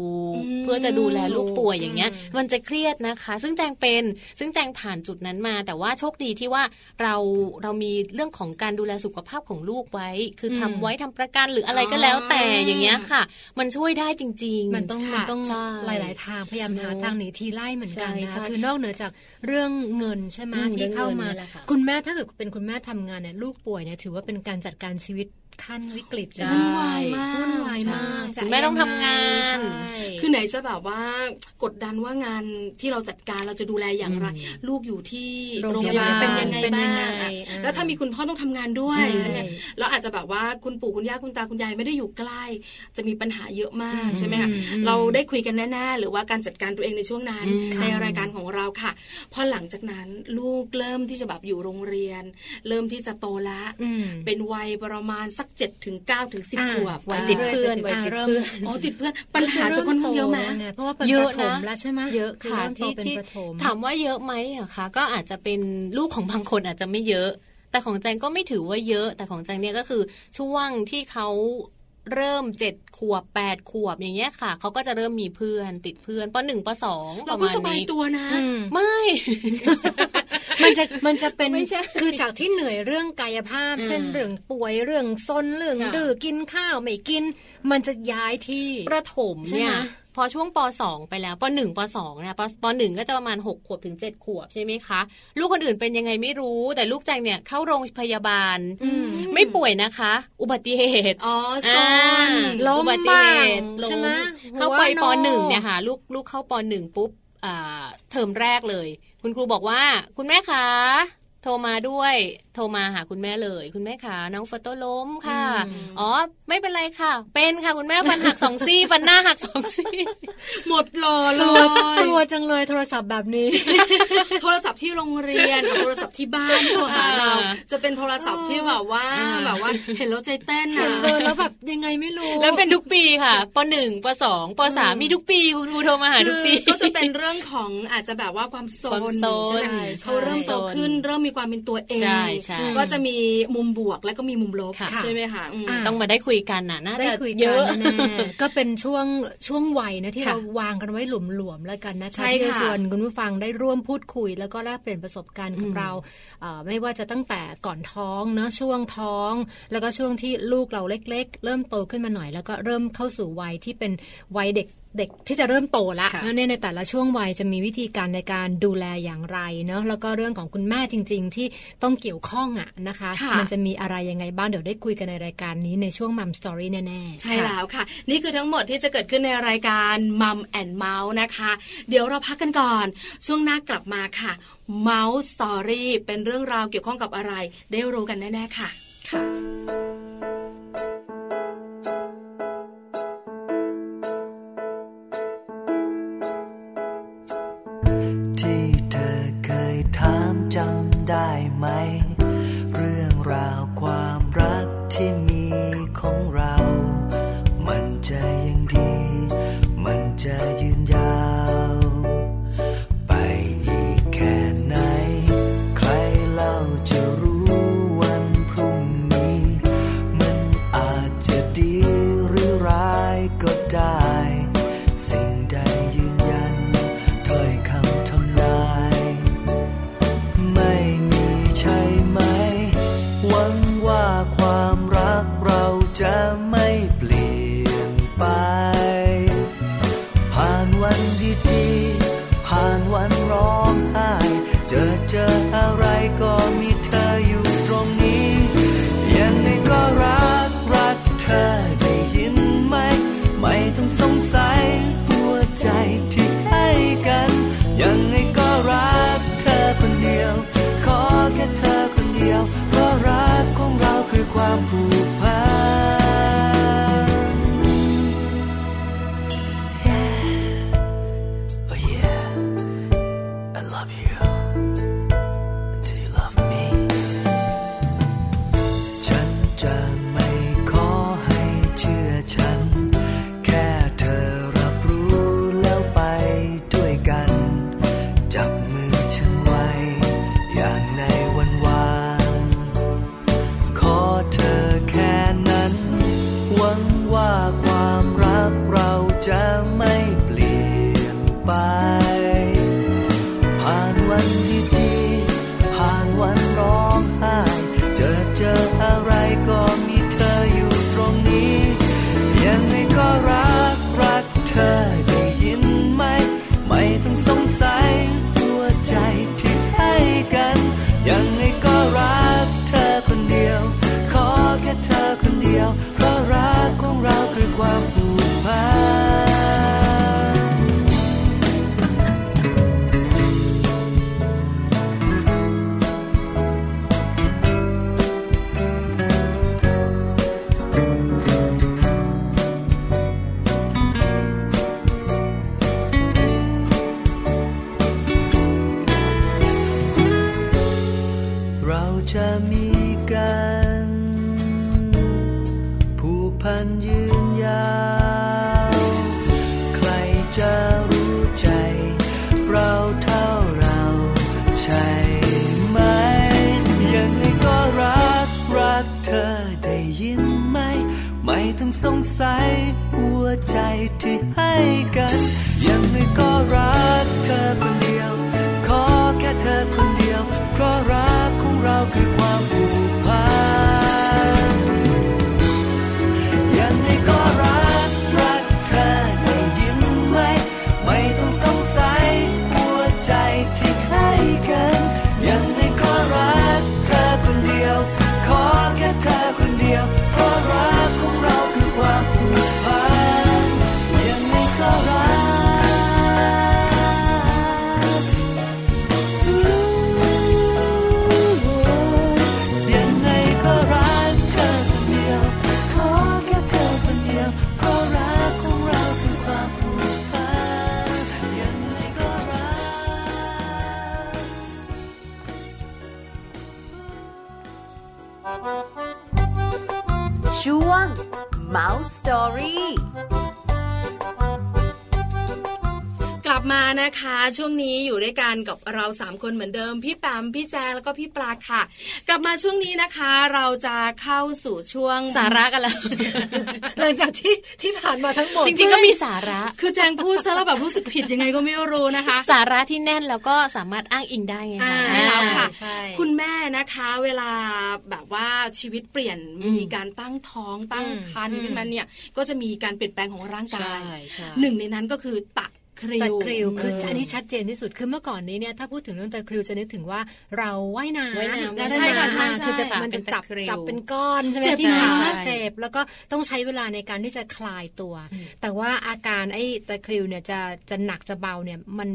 Speaker 3: เพื่อจะดูแลลูกป่วยอย่างเงี้ย มันจะเครียดนะคะ ซึ่งแจงเป็นซึ่งแจงผ่านจุดนั้นมา แต่ว่าโชคดีที่ว่าเราเรามีเรื่องของการดูแลสุขภาพของลูกไว้ คือทำ
Speaker 2: อืม
Speaker 3: ไว้ทำประกันหรืออะไรก็แล้วแต่อย่างเงี้ยค่ะ มันช่วยได้จริง ๆ
Speaker 2: มันต้อง
Speaker 4: ค่ะ
Speaker 2: มันต้อง
Speaker 3: ใช่
Speaker 2: หลาย ๆ ทางพยายามหาทางหนีทีไล่เหมือนกัน
Speaker 3: ใช่
Speaker 2: นะ
Speaker 3: ใช่
Speaker 2: คะคือนอกเหนือจากเรื่องเงินใช่ไหม
Speaker 3: อืม
Speaker 2: ที่เข้ามา
Speaker 3: เรื่องเงินนั่นแหละค่ะ
Speaker 2: ณแม่ถ้าเกิดเป็นคุณแม่ทำงานเนี่ยลูกป่วยเนี่ยถือว่าเป็นการจัดการชีวิตขั้นวิกฤต
Speaker 3: ใช่
Speaker 2: นะ
Speaker 4: วุ่นวายมาก
Speaker 2: วุ่นวายมาก
Speaker 3: คุณแม่ต้องทำงาน
Speaker 2: ใช่
Speaker 4: คือไหนจะแบบว่ากดดันว่างานที่เราจัดการเราจะดูแลอย่างไร ลูกอยู่ที่
Speaker 2: โร
Speaker 4: โรง ง
Speaker 2: พยาย
Speaker 4: พา
Speaker 2: บา
Speaker 4: บา
Speaker 2: ล
Speaker 4: ลเป็นยังไง
Speaker 2: เป็นยั
Speaker 4: บ้าง ง
Speaker 2: ไง
Speaker 4: อะ
Speaker 2: อ่า
Speaker 4: แล้วถ้ามีคุณพ่อต้องทำงานด้วย
Speaker 2: ใช่
Speaker 4: นั่นไงแล้วอาจจะแบบว่าคุณปู่คุณย่าคุณตาคุณยายไม่ได้อยู่ใกล้ จะมีปัญหาเยอะมากใช่ไหมคะเราได้คุยกันแน่ๆหรือว่าการจัดการตัวเองในช่วงนั้น
Speaker 3: อืมค่ะ
Speaker 4: ในรายการของเราค่ะพอหลังจากนั้นลูกเริ่มที่จะแบบอยู่โรงเรียน เริ่มที่จะโตละ
Speaker 2: อืม
Speaker 4: เป็นวัยประมาณสัก7จ็ดถึง9ก้าถึงสิบ
Speaker 2: อ่า
Speaker 4: ขวบ
Speaker 3: วัย
Speaker 4: า
Speaker 3: ติดเพื่อน
Speaker 2: เริ่ม
Speaker 3: วัยติดเพื่อน
Speaker 4: อ๋อติดเพื่อนปัญหาจะค่อนข้างเยอะไหม
Speaker 2: ริ่โตแล้วไงเพราะว่าเป็น
Speaker 3: เย
Speaker 2: ประถ
Speaker 3: อะนะ
Speaker 2: มแล้วใช่ไหม
Speaker 3: เยอะค่ะ
Speaker 2: เริ่มโต
Speaker 3: ที่
Speaker 2: เป็น
Speaker 3: ที่
Speaker 2: ประถม
Speaker 3: ถามว่าเยอะไหมเหรอคะก็อาจจะเป็นลูกของบางคนอาจจะไม่เยอะ แต่ของแจงก็ไม่ถือว่าเยอะ แต่ของแจงเนี่ยก็คือช่วงที่เขาเริ่มเจ็ดขวบแปดขวบอย่างเงี้ยค่ะเขาก็จะเริ่มมีเพื่อนติดเพื่อนปหนึ่งปสองป
Speaker 4: เรา
Speaker 3: ระ
Speaker 4: ก็
Speaker 3: มาณ
Speaker 4: สบาย
Speaker 3: นี้
Speaker 4: ตัวนะ
Speaker 3: ไม่
Speaker 2: มันจะมันจะเป็น
Speaker 3: ไม่ใช่
Speaker 2: คือจากที่เหนื่อยเรื่องกายภาพ
Speaker 3: อืม
Speaker 2: เช่นเรื่องป่วยเรื่องซนเรื่อง
Speaker 3: ค่ะ
Speaker 2: ดื้อกินข้าวไม่กิน มันจะย้ายที่
Speaker 3: ประถมเนี่
Speaker 2: ใช่
Speaker 3: ย
Speaker 2: ไหม
Speaker 3: พอช่วงป .2 ไปแล้วป .1 ป .2 เนี่ยปป .1 ก็จะประมาณ 6 ขวบถึง 7 ขวบใช่ไหมคะ ลูกคนอื่นเป็นยังไงไม่รู้ แต่ลูกแจงเนี่ยเข้าโรงพยาบาล
Speaker 2: อืม
Speaker 3: ไม่ป่วยนะคะ อุบัติเหตุ
Speaker 4: อ๋อซ
Speaker 3: อ่าน
Speaker 2: ล้ม
Speaker 3: อุบัติเหตุ
Speaker 2: บ้าง
Speaker 3: ล้
Speaker 2: ใช่ไหม
Speaker 3: เข้าไป
Speaker 2: หัวโน
Speaker 3: ปหนึ่งเนี่ยค่ะลูกลูกเข้าปหนึ่งปุ๊บอ่าเทอมแรกเลย คุณครูบอกว่า คุณแม่คะโทรมาด้วย โทรมาหาคุณแม่เลย คุณแม่คะน้องโฟโต้ล้มค่ะ
Speaker 4: อืม
Speaker 3: อ๋อ ไม่เป็นไรค่ะ เป็นค่ะ คุณแม่ฟันหักสองซี่ ฟันหน้าหักสองซี่
Speaker 4: หมดรอเล
Speaker 2: กลัวย กลัวจังเลยโทรศัพท์แบบนี้
Speaker 4: โทรศัพท์ที่โรงเรียนกับโทรศัพท์ที่บ้านที่โทรหาเรา
Speaker 3: อ่า
Speaker 4: จะเป็นโทรศัพท์ที่แบบว่า
Speaker 3: อ่า
Speaker 4: แบบว่าเห็นแล้วใจเต้นนะ
Speaker 2: เออแล้วแบบยังไงไม่รู้
Speaker 3: แล้วเป็นทุกปีค่ะปหนึ่งปสองปสามมีทุกปีคุณครูโทรมาหาทุก
Speaker 4: คือ
Speaker 3: ปี
Speaker 4: ก็จะเป็นเรื่องของอาจจะแบบว่าความโซ
Speaker 3: ความ
Speaker 4: น
Speaker 3: โซน
Speaker 4: ใช่ไหม
Speaker 3: ใช่
Speaker 4: เขาเริ่มโตขึ้น เริ่มมีความเป็นตัวเอง
Speaker 3: ใช่ใช่
Speaker 4: ก็จะมีมุมบวกและก็มีมุมลบ
Speaker 3: ค่ะ
Speaker 4: ใช่ไหมคะอืม
Speaker 2: อ่า
Speaker 3: ต้องมาได้คุยกันน่ะน่า
Speaker 2: ได้
Speaker 3: จะ
Speaker 2: คุย
Speaker 3: เย
Speaker 2: กัน
Speaker 3: อะ
Speaker 2: แน่ ๆก็เป็นช่วงช่วงวัยนะที่
Speaker 3: ค่ะ
Speaker 2: เราวางกันไว้หลวมๆแล้วกันนะคะ
Speaker 4: ใช่
Speaker 2: ที่จะ
Speaker 4: ค่ะ
Speaker 2: ชวนคุณผู้ฟังได้ร่วมพูดคุย แล้วก็แลกเปลี่ยนประสบการณ์กับ
Speaker 3: อืม
Speaker 2: เราเอ่อไม่ว่าจะตั้งแต่ก่อนท้องเนอะช่วงท้อง แล้วก็ช่วงที่ลูกเราเล็ก ๆ เริ่มโตขึ้นมาหน่อย แล้วก็เริ่มเข้าสู่วัยที่เป็นวัยเด็กเด็กที่จะเริ่มโตละ
Speaker 3: ค่ะ
Speaker 2: เนี่ยในแต่ละช่วงวัยจะมีวิธีการในการดูแลอย่างไรเนอะแล้วก็เรื่องของคุณแม่จริง ๆ ที่ต้องเกี่ยวข้องอะนะคะ
Speaker 4: ค่ะ
Speaker 2: มันจะมีอะไรยังไงบ้างเดี๋ยวได้คุยกันในรายการนี้ในช่วงมัมสตอรี่แน่ๆ
Speaker 4: ใช่แล้วค่ะ นี่คือทั้งหมดที่จะเกิดขึ้นในรายการมัมแอนเมาส์นะคะ เดี๋ยวเราพักกันก่อน ช่วงหน้ากลับมาค่ะเมาส์สตอรี่เป็นเรื่องราวเกี่ยวข้องกับอะไร ได้รู้กันแน่ๆค่ะ ค่ะ
Speaker 1: ที่เธอเคยถามจำได้ไหม เรื่องราวความรักที่มีของเรา มันจะยังดี มันจะยืนยาว ไปอีกแค่ไหน ใครเล่าจะรู้วันพรุ่งนี้ มันอาจจะดีหรือร้ายก็ได้ สิ่งใดยืนยันถ้อยคำทำนาย ไม่มีใช่ไหม หวังว่าความรักเราจะไม่เปลี่ยนไป ผ่านวันดีๆ ผ่านวันร้องไห้ เจอเจออะไรก็มีเธออยู่ตรงนี้ ยังไงก็รักรักเธอได้ยินไหม ไม่ต้องสงสัยหัวใจที่ให้กัน ยังไงก็รักเธอคนเดียว ขอแค่เธอคนเดียว เพราะรักของเราคือความผูกพัน Oh yeah, I love you. Do you love me? ฉันจะไม่ขอให้เชื่อฉัน แค่เธอรับรู้แล้วไปด้วยกัน จับมือฉันไว้ อย่างในวันวาน องไห้ เจอเจออะไรก็มีเธออยู่ตรงนี้ ยังไงก็รักรักเธอได้ยินไหม ไม่ต้องสงสัยหัวใจที่ให้กัน ยังไงก็รักเธอคนเดียว ขอแค่เธอคนเดียว เพราะรักของเราคือความผูกพัน เราจะมีกัน ผูกพันยืนยาว ใครจะรู้ใจ เราเท่าเราใช่ไหม ยังไงก็รักรักเธอได้ยินไหม ไม่ต้องสงสัยหัวใจที่ให้กัน ยังไงก็รักเธอคนเดียว ขอแค่เธอคนเดียว เพราะรักของเราคือความผูกพัน ยังไงก็รักรักเธอได้ยินไหม ไม่ต้องสงสัยหัวใจที่ให้กัน ยังไงก็รักเธอคนเดียว ขอแค่เธอคนเดียว เพราะรักของเราคือความผูกพัน ยังไงก็รัก ยังไงก็รักเธอคนเดียว ขอแค่เธอคนเดียว เพราะรักของเราคือความผูกพัน ยังไงก็รัก
Speaker 5: ช่วง Mouse Story
Speaker 4: กลับมานะคะ ช่วงนี้อยู่ด้วยกันกับเราสามคนเหมือนเดิม พี่แปมพี่แจงแล้วก็พี่ปลาค่ะ กลับมาช่วงนี้นะคะ เราจะเข้าสู่ช่วง
Speaker 3: สาระกันแล้ว
Speaker 4: หลังจากที่ที่ผ่านมาทั้งหมด
Speaker 3: จริงๆก็มีสาระ
Speaker 4: คือแจงพูดซะแล้วแบบรู้สึกผิดยังไงก็ไม่รู้นะคะ
Speaker 3: สาระที่แน่นแล้วก็สามารถอ้างอิงได้ไง
Speaker 4: อ่า
Speaker 3: คะ
Speaker 4: ใช่แล้วค่ะ
Speaker 2: ใช่
Speaker 4: คุณแม่นะคะเวลาแบบว่าชีวิตเปลี่ยน
Speaker 3: อืม
Speaker 4: มีการตั้งท้องตั้งครรภ์
Speaker 2: อืม
Speaker 4: ขึ้นมาเนี่ย ก็จะมีการเปลี่ยนแปลงของร่างกาย
Speaker 3: ใช่ใช่
Speaker 4: หนึ่งในนั้นก็คือตะคริ
Speaker 2: ตะ
Speaker 4: ว
Speaker 2: คริวคือ
Speaker 3: เอออั
Speaker 2: อันนี้ชัดเจนที่สุดคือเมื่อก่อนนี้เนี่ยถ้าพูดถึงเรื่องตะคริวจะนึกถึงว่าเราว่ายน้ำ
Speaker 3: ว่ายน้ำ
Speaker 2: แล้ว
Speaker 4: ใช่ค่ะ
Speaker 2: ไหม
Speaker 4: ใช่ใช่
Speaker 2: คือจะ
Speaker 4: ค่ะ
Speaker 2: มันจะจับ
Speaker 3: เป็นตะคริว
Speaker 2: จับเป็นก้อนใช่ไหม
Speaker 4: เจ็บ
Speaker 2: ที่
Speaker 4: ขา
Speaker 2: ขา
Speaker 3: ใช่
Speaker 2: เจ็บแล้วก็ต้องใช้เวลาในการที่จะคลายตัว
Speaker 3: อืม
Speaker 2: แต่ว่าอาการไอ้ตะคริวเนี่ยจะจะหนักจะเบาเนี่ยมัน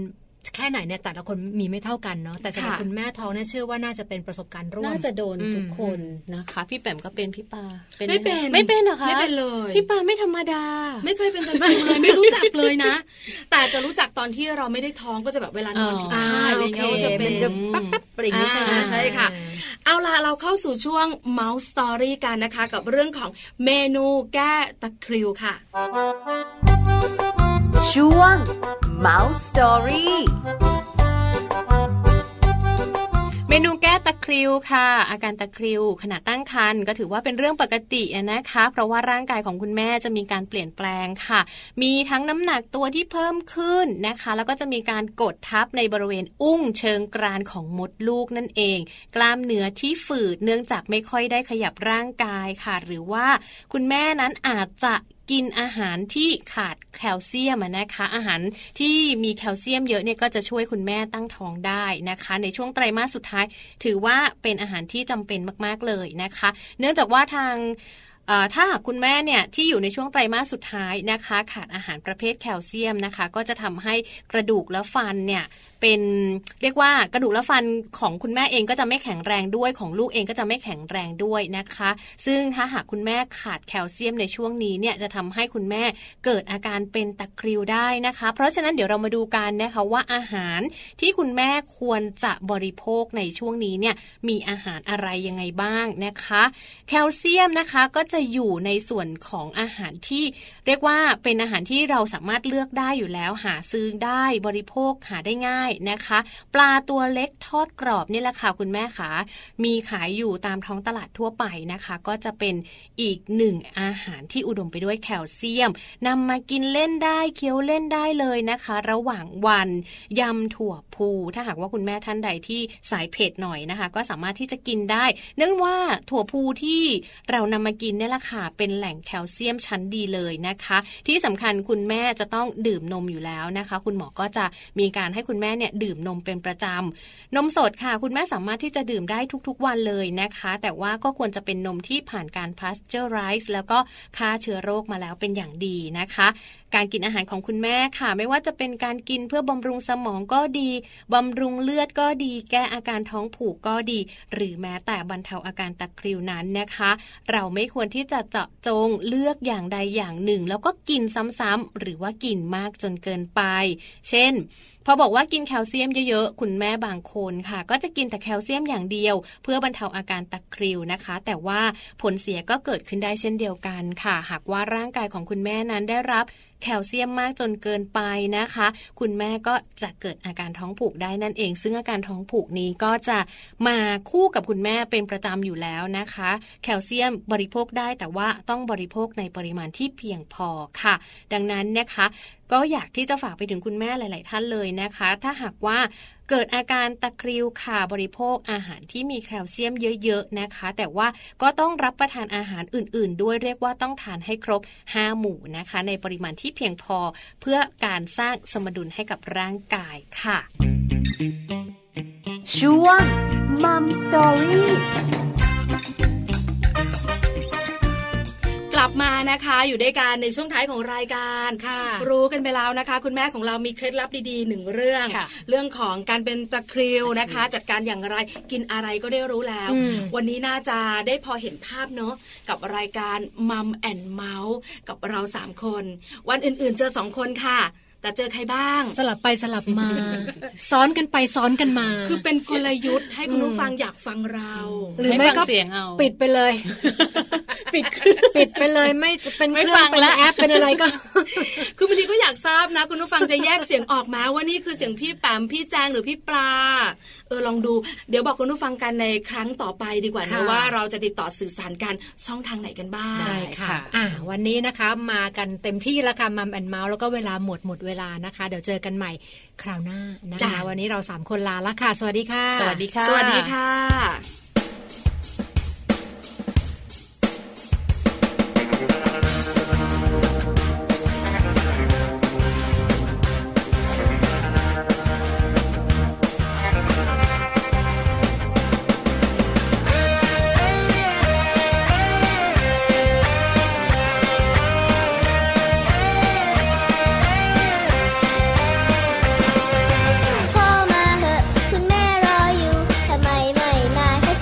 Speaker 2: แค่ไหนเนี่ยแต่ละคนมีไม่เท่ากันเนาะแต่สำหรับ
Speaker 4: ค่ะ
Speaker 2: คุณแม่ท้องเนี่ยเชื่อว่าน่าจะเป็นประสบการณ์ร่วม
Speaker 3: น่าจะโดน
Speaker 2: อืม
Speaker 3: ทุกคนนะคะ พี่แปมก็เป็นพี่ปาห
Speaker 4: ไม่เป็น
Speaker 3: ไม่เป็นเหรอคะ
Speaker 4: ไม่เป็นเลย
Speaker 3: พี่ปาไม่ธรรมดา
Speaker 4: ไม่เคยเป็นตะคริวเลยไม่รู้จักเลยนะ แต่จะรู้จักตอนที่เราไม่ได้ท้องก็จะแบบเวลานอน
Speaker 3: อ๋อ
Speaker 4: ผิด
Speaker 2: อ่า
Speaker 4: ท่าอะไร
Speaker 2: โอเค
Speaker 4: เงี้ยก็จะ
Speaker 2: มั
Speaker 4: เป็นน
Speaker 2: จะปั๊บปั๊บปริ่างนี้ใช่ไหม
Speaker 4: อ่าใช่ค่ะ เอาล่ะเราเข้าสู่ช่วง Mouse Story กันนะคะ กับเรื่องของเมนูแก้ตะคริวค่ะ
Speaker 5: ช่วง Mouse Story
Speaker 3: เมนูแก้ตะคริวค่ะ อาการตะคริวขณะตั้งครรภ์ก็ถือว่าเป็นเรื่องปกติอะนะคะ เพราะว่าร่างกายของคุณแม่จะมีการเปลี่ยนแปลงค่ะ มีทั้งน้ำหนักตัวที่เพิ่มขึ้นนะคะ แล้วก็จะมีการกดทับในบริเวณอุ้งเชิงกรานของมดลูกนั่นเอง กล้ามเนื้อที่ฝืดเนื่องจากไม่ค่อยได้ขยับร่างกายค่ะ หรือว่าคุณแม่นั้นอาจจะกินอาหารที่ขาดแคลเซียมอะนะคะ อาหารที่มีแคลเซียมเยอะเนี่ยก็จะช่วยคุณแม่ตั้งท้องได้นะคะ ในช่วงไตรมาสสุดท้าย ถือว่าเป็นอาหารที่จำเป็นมาก ๆ เลยนะคะ เนื่องจากว่าทางเอ่อถ้าหากคุณแม่เนี่ยที่อยู่ในช่วงไตรมาสสุดท้ายนะคะ ขาดอาหารประเภทแคลเซียมนะคะ ก็จะทำให้กระดูกและฟันเนี่ยเป็นเรียกว่ากระดูกและฟันของคุณแม่เองก็จะไม่แข็งแรงด้วยของลูกเองก็จะไม่แข็งแรงด้วยนะคะ ซึ่งถ้าหากคุณแม่ขาดแคลเซียมในช่วงนี้เนี่ยจะทำให้คุณแม่เกิดอาการเป็นตะคริวได้นะคะ เพราะฉะนั้นเดี๋ยวเรามาดูกันนะคะว่าอาหาร ที่คุณแม่ควรจะบริโภคในช่วงนี้เนี่ยมีอาหารอะไรยังไงบ้างนะคะ แคลเซียมนะคะก็จะ จะอยู่ในส่วนของอาหารที่ เรียกว่าเป็นอาหารที่เราสามารถเลือกได้อยู่แล้ว หาซื้อได้บริโภคหาได้ง่ายนะคะ ปลาตัวเล็กทอดกรอบนี่แหละค่ะคุณแม่ขามีขายอยู่ตามท้องตลาดทั่วไปนะคะ ก็จะเป็นอีกหนึ่งอาหารที่อุดมไปด้วยแคลเซียมนำมากินเล่นได้เคี้ยวเล่นได้เลยนะคะ ระหว่างวันยำถั่วพูถ้าหากว่าคุณแม่ท่านใดที่สายเผ็ดหน่อยนะคะ ก็สามารถที่จะกินได้ เนื่องว่าถั่วพูที่เรานำมากินเนี่ยแหละค่ะเป็นแหล่งแคลเซียมชั้นดีเลยนะคะ ที่สำคัญคุณแม่จะต้องดื่มนมอยู่แล้วนะคะ คุณหมอก็จะมีการให้คุณแม่เนี่ยดื่มนมเป็นประจำ นมสดค่ะ คุณแม่สามารถที่จะดื่มได้ทุกๆวันเลยนะคะ แต่ว่าก็ควรจะเป็นนมที่ผ่านการพาสเจอร์ไรส์แล้วก็ฆ่าเชื้อโรคมาแล้วเป็นอย่างดีนะคะ การกินอาหารของคุณแม่ค่ะ ไม่ว่าจะเป็นการกินเพื่อบำรุงสมองก็ดีบำรุงเลือดก็ดี แก้อาการท้องผูกก็ดี หรือแม้แต่บรรเทาอาการตะคริวนั้นนะคะ เราไม่ควรที่จะเจาะจงเลือกอย่างใดอย่างหนึ่ง แล้วก็กินซ้ำๆหรือว่ากินมากจนเกินไป เช่น พอบอกว่ากินแคลเซียมเยอะๆ คุณแม่บางคนค่ะ ก็จะกินแต่แคลเซียมอย่างเดียว เพื่อบรรเทาอาการตะคริวนะคะ แต่ว่าผลเสียก็เกิดขึ้นได้เช่นเดียวกันค่ะ หากว่าร่างกายของคุณแม่นั้นได้รับแคลเซียมมากจนเกินไปนะคะ คุณแม่ก็จะเกิดอาการท้องผูกได้นั่นเอง ซึ่งอาการท้องผูกนี้ก็จะมาคู่กับคุณแม่เป็นประจำอยู่แล้วนะคะ แคลเซียมบริโภคได้แต่ว่าต้องบริโภคในปริมาณที่เพียงพอค่ะ ดังนั้นนะคะ ก็อยากที่จะฝากไปถึงคุณแม่หลาย ๆ ท่านเลยนะคะ ถ้าหากว่าเกิดอาการตะคริวค่ะบริโภคอาหารที่มีแคลเซียมเยอะ ๆ นะคะ แต่ว่าก็ต้องรับประทานอาหารอื่น ๆ ด้วยเรียกว่าต้องทานให้ครบ 5 หมู่นะคะ ในปริมาณที่เพียงพอเพื่อการสร้างสมดุลให้กับร่างกายค่ะ
Speaker 5: ช่วงมัมสตอรี่
Speaker 4: กลับมานะคะอยู่ด้วยกันในช่วงท้ายของรายการ
Speaker 2: ค่ะ
Speaker 4: รู้กันไปแล้วนะคะ คุณแม่ของเรามีเคล็ดลับดีๆหนึ่งเรื่อง
Speaker 3: ค่ะ
Speaker 4: เรื่องของการเป็นตะคริวนะคะ จัดการอย่างไรกินอะไรก็ได้รู้แล้ว
Speaker 2: อืม
Speaker 4: วันนี้น่าจะได้พอเห็นภาพเนาะกับรายการมัมแอนเมาส์กับเราสามคน วันอื่นๆเจอสองคนค่ะ แต่เจอใครบ้าง
Speaker 2: สลับไปสลับมา ซ้อนกันไปซ้อนกันมา
Speaker 4: คือเป็นกลยุทธ์ให้คุณ
Speaker 2: อืม
Speaker 4: ผู้ฟังอยากฟังเรา
Speaker 2: หรือ
Speaker 3: ให้
Speaker 2: ไม่
Speaker 3: ฟัง
Speaker 2: ก็
Speaker 3: เสียงเอา
Speaker 2: ปิดไปเลย
Speaker 3: ปิดเครื่อง
Speaker 2: ปิดไปเลยไม่จะเป็น
Speaker 3: ไม่
Speaker 2: เครื่อ
Speaker 3: ฟั
Speaker 2: ง
Speaker 3: ง
Speaker 2: เป็น
Speaker 3: ละ
Speaker 2: แอปเป็นอะไรก็
Speaker 4: คือบางทีก็อยากทราบนะ คุณผู้ฟังจะแยกเสียงออกมาว่านี่คือเสียงพี่แปมพี่แจงหรือพี่ปลาเออลองดูเดี๋ยวบอกคุณผู้ฟังกันในครั้งต่อไปดีกว่านะ
Speaker 2: ค่ะ
Speaker 4: ว่าเราจะติดต่อสื่อสารกันช่องทางไหนกันบ้าง
Speaker 2: ใช่
Speaker 3: ค่ะ
Speaker 2: ค่ะอ่าวันนี้นะคะมากันเต็มที่แล้วค่ะมัมแอนเมาส์แล้วก็เวลาหมดหมดเวลานะคะ เดี๋ยวเจอกันใหม่คราวหน้านะ
Speaker 4: จ้ะ
Speaker 2: คะวันนี้เราสามคนลาละค่ะ สวัสดีค่ะ
Speaker 3: สวัสดีค่ะ
Speaker 4: สวัสดีค่ะ
Speaker 6: พ่อมาเหอะ คุณแม่รออยู่ ทำไมไม่มาสัก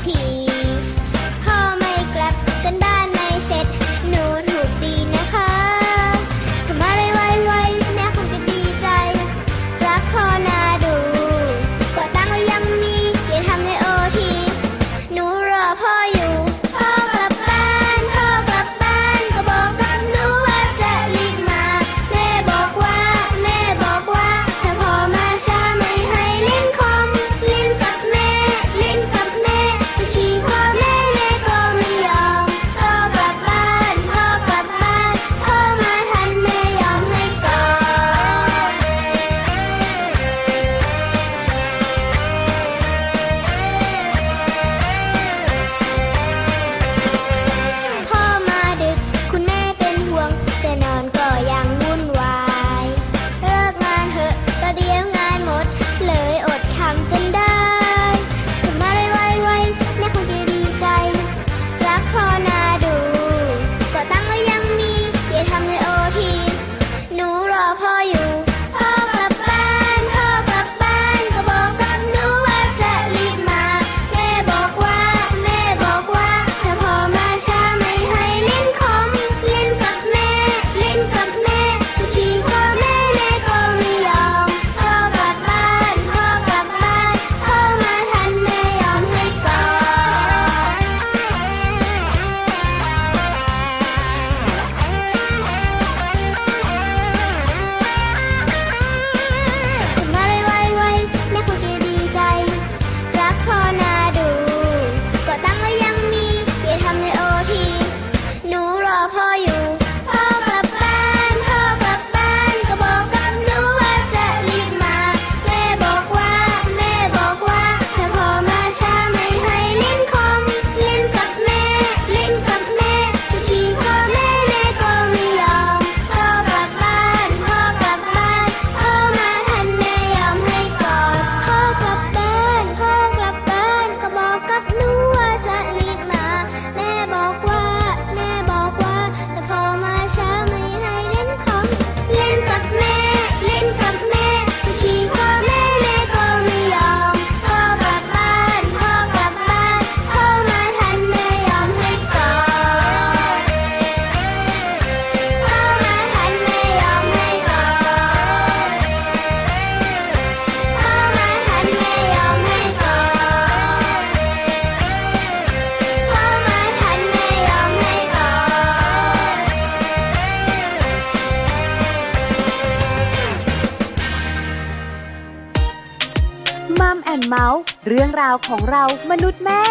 Speaker 5: มัมแอนเมาส์เรื่องราวของเรามนุษย์แม่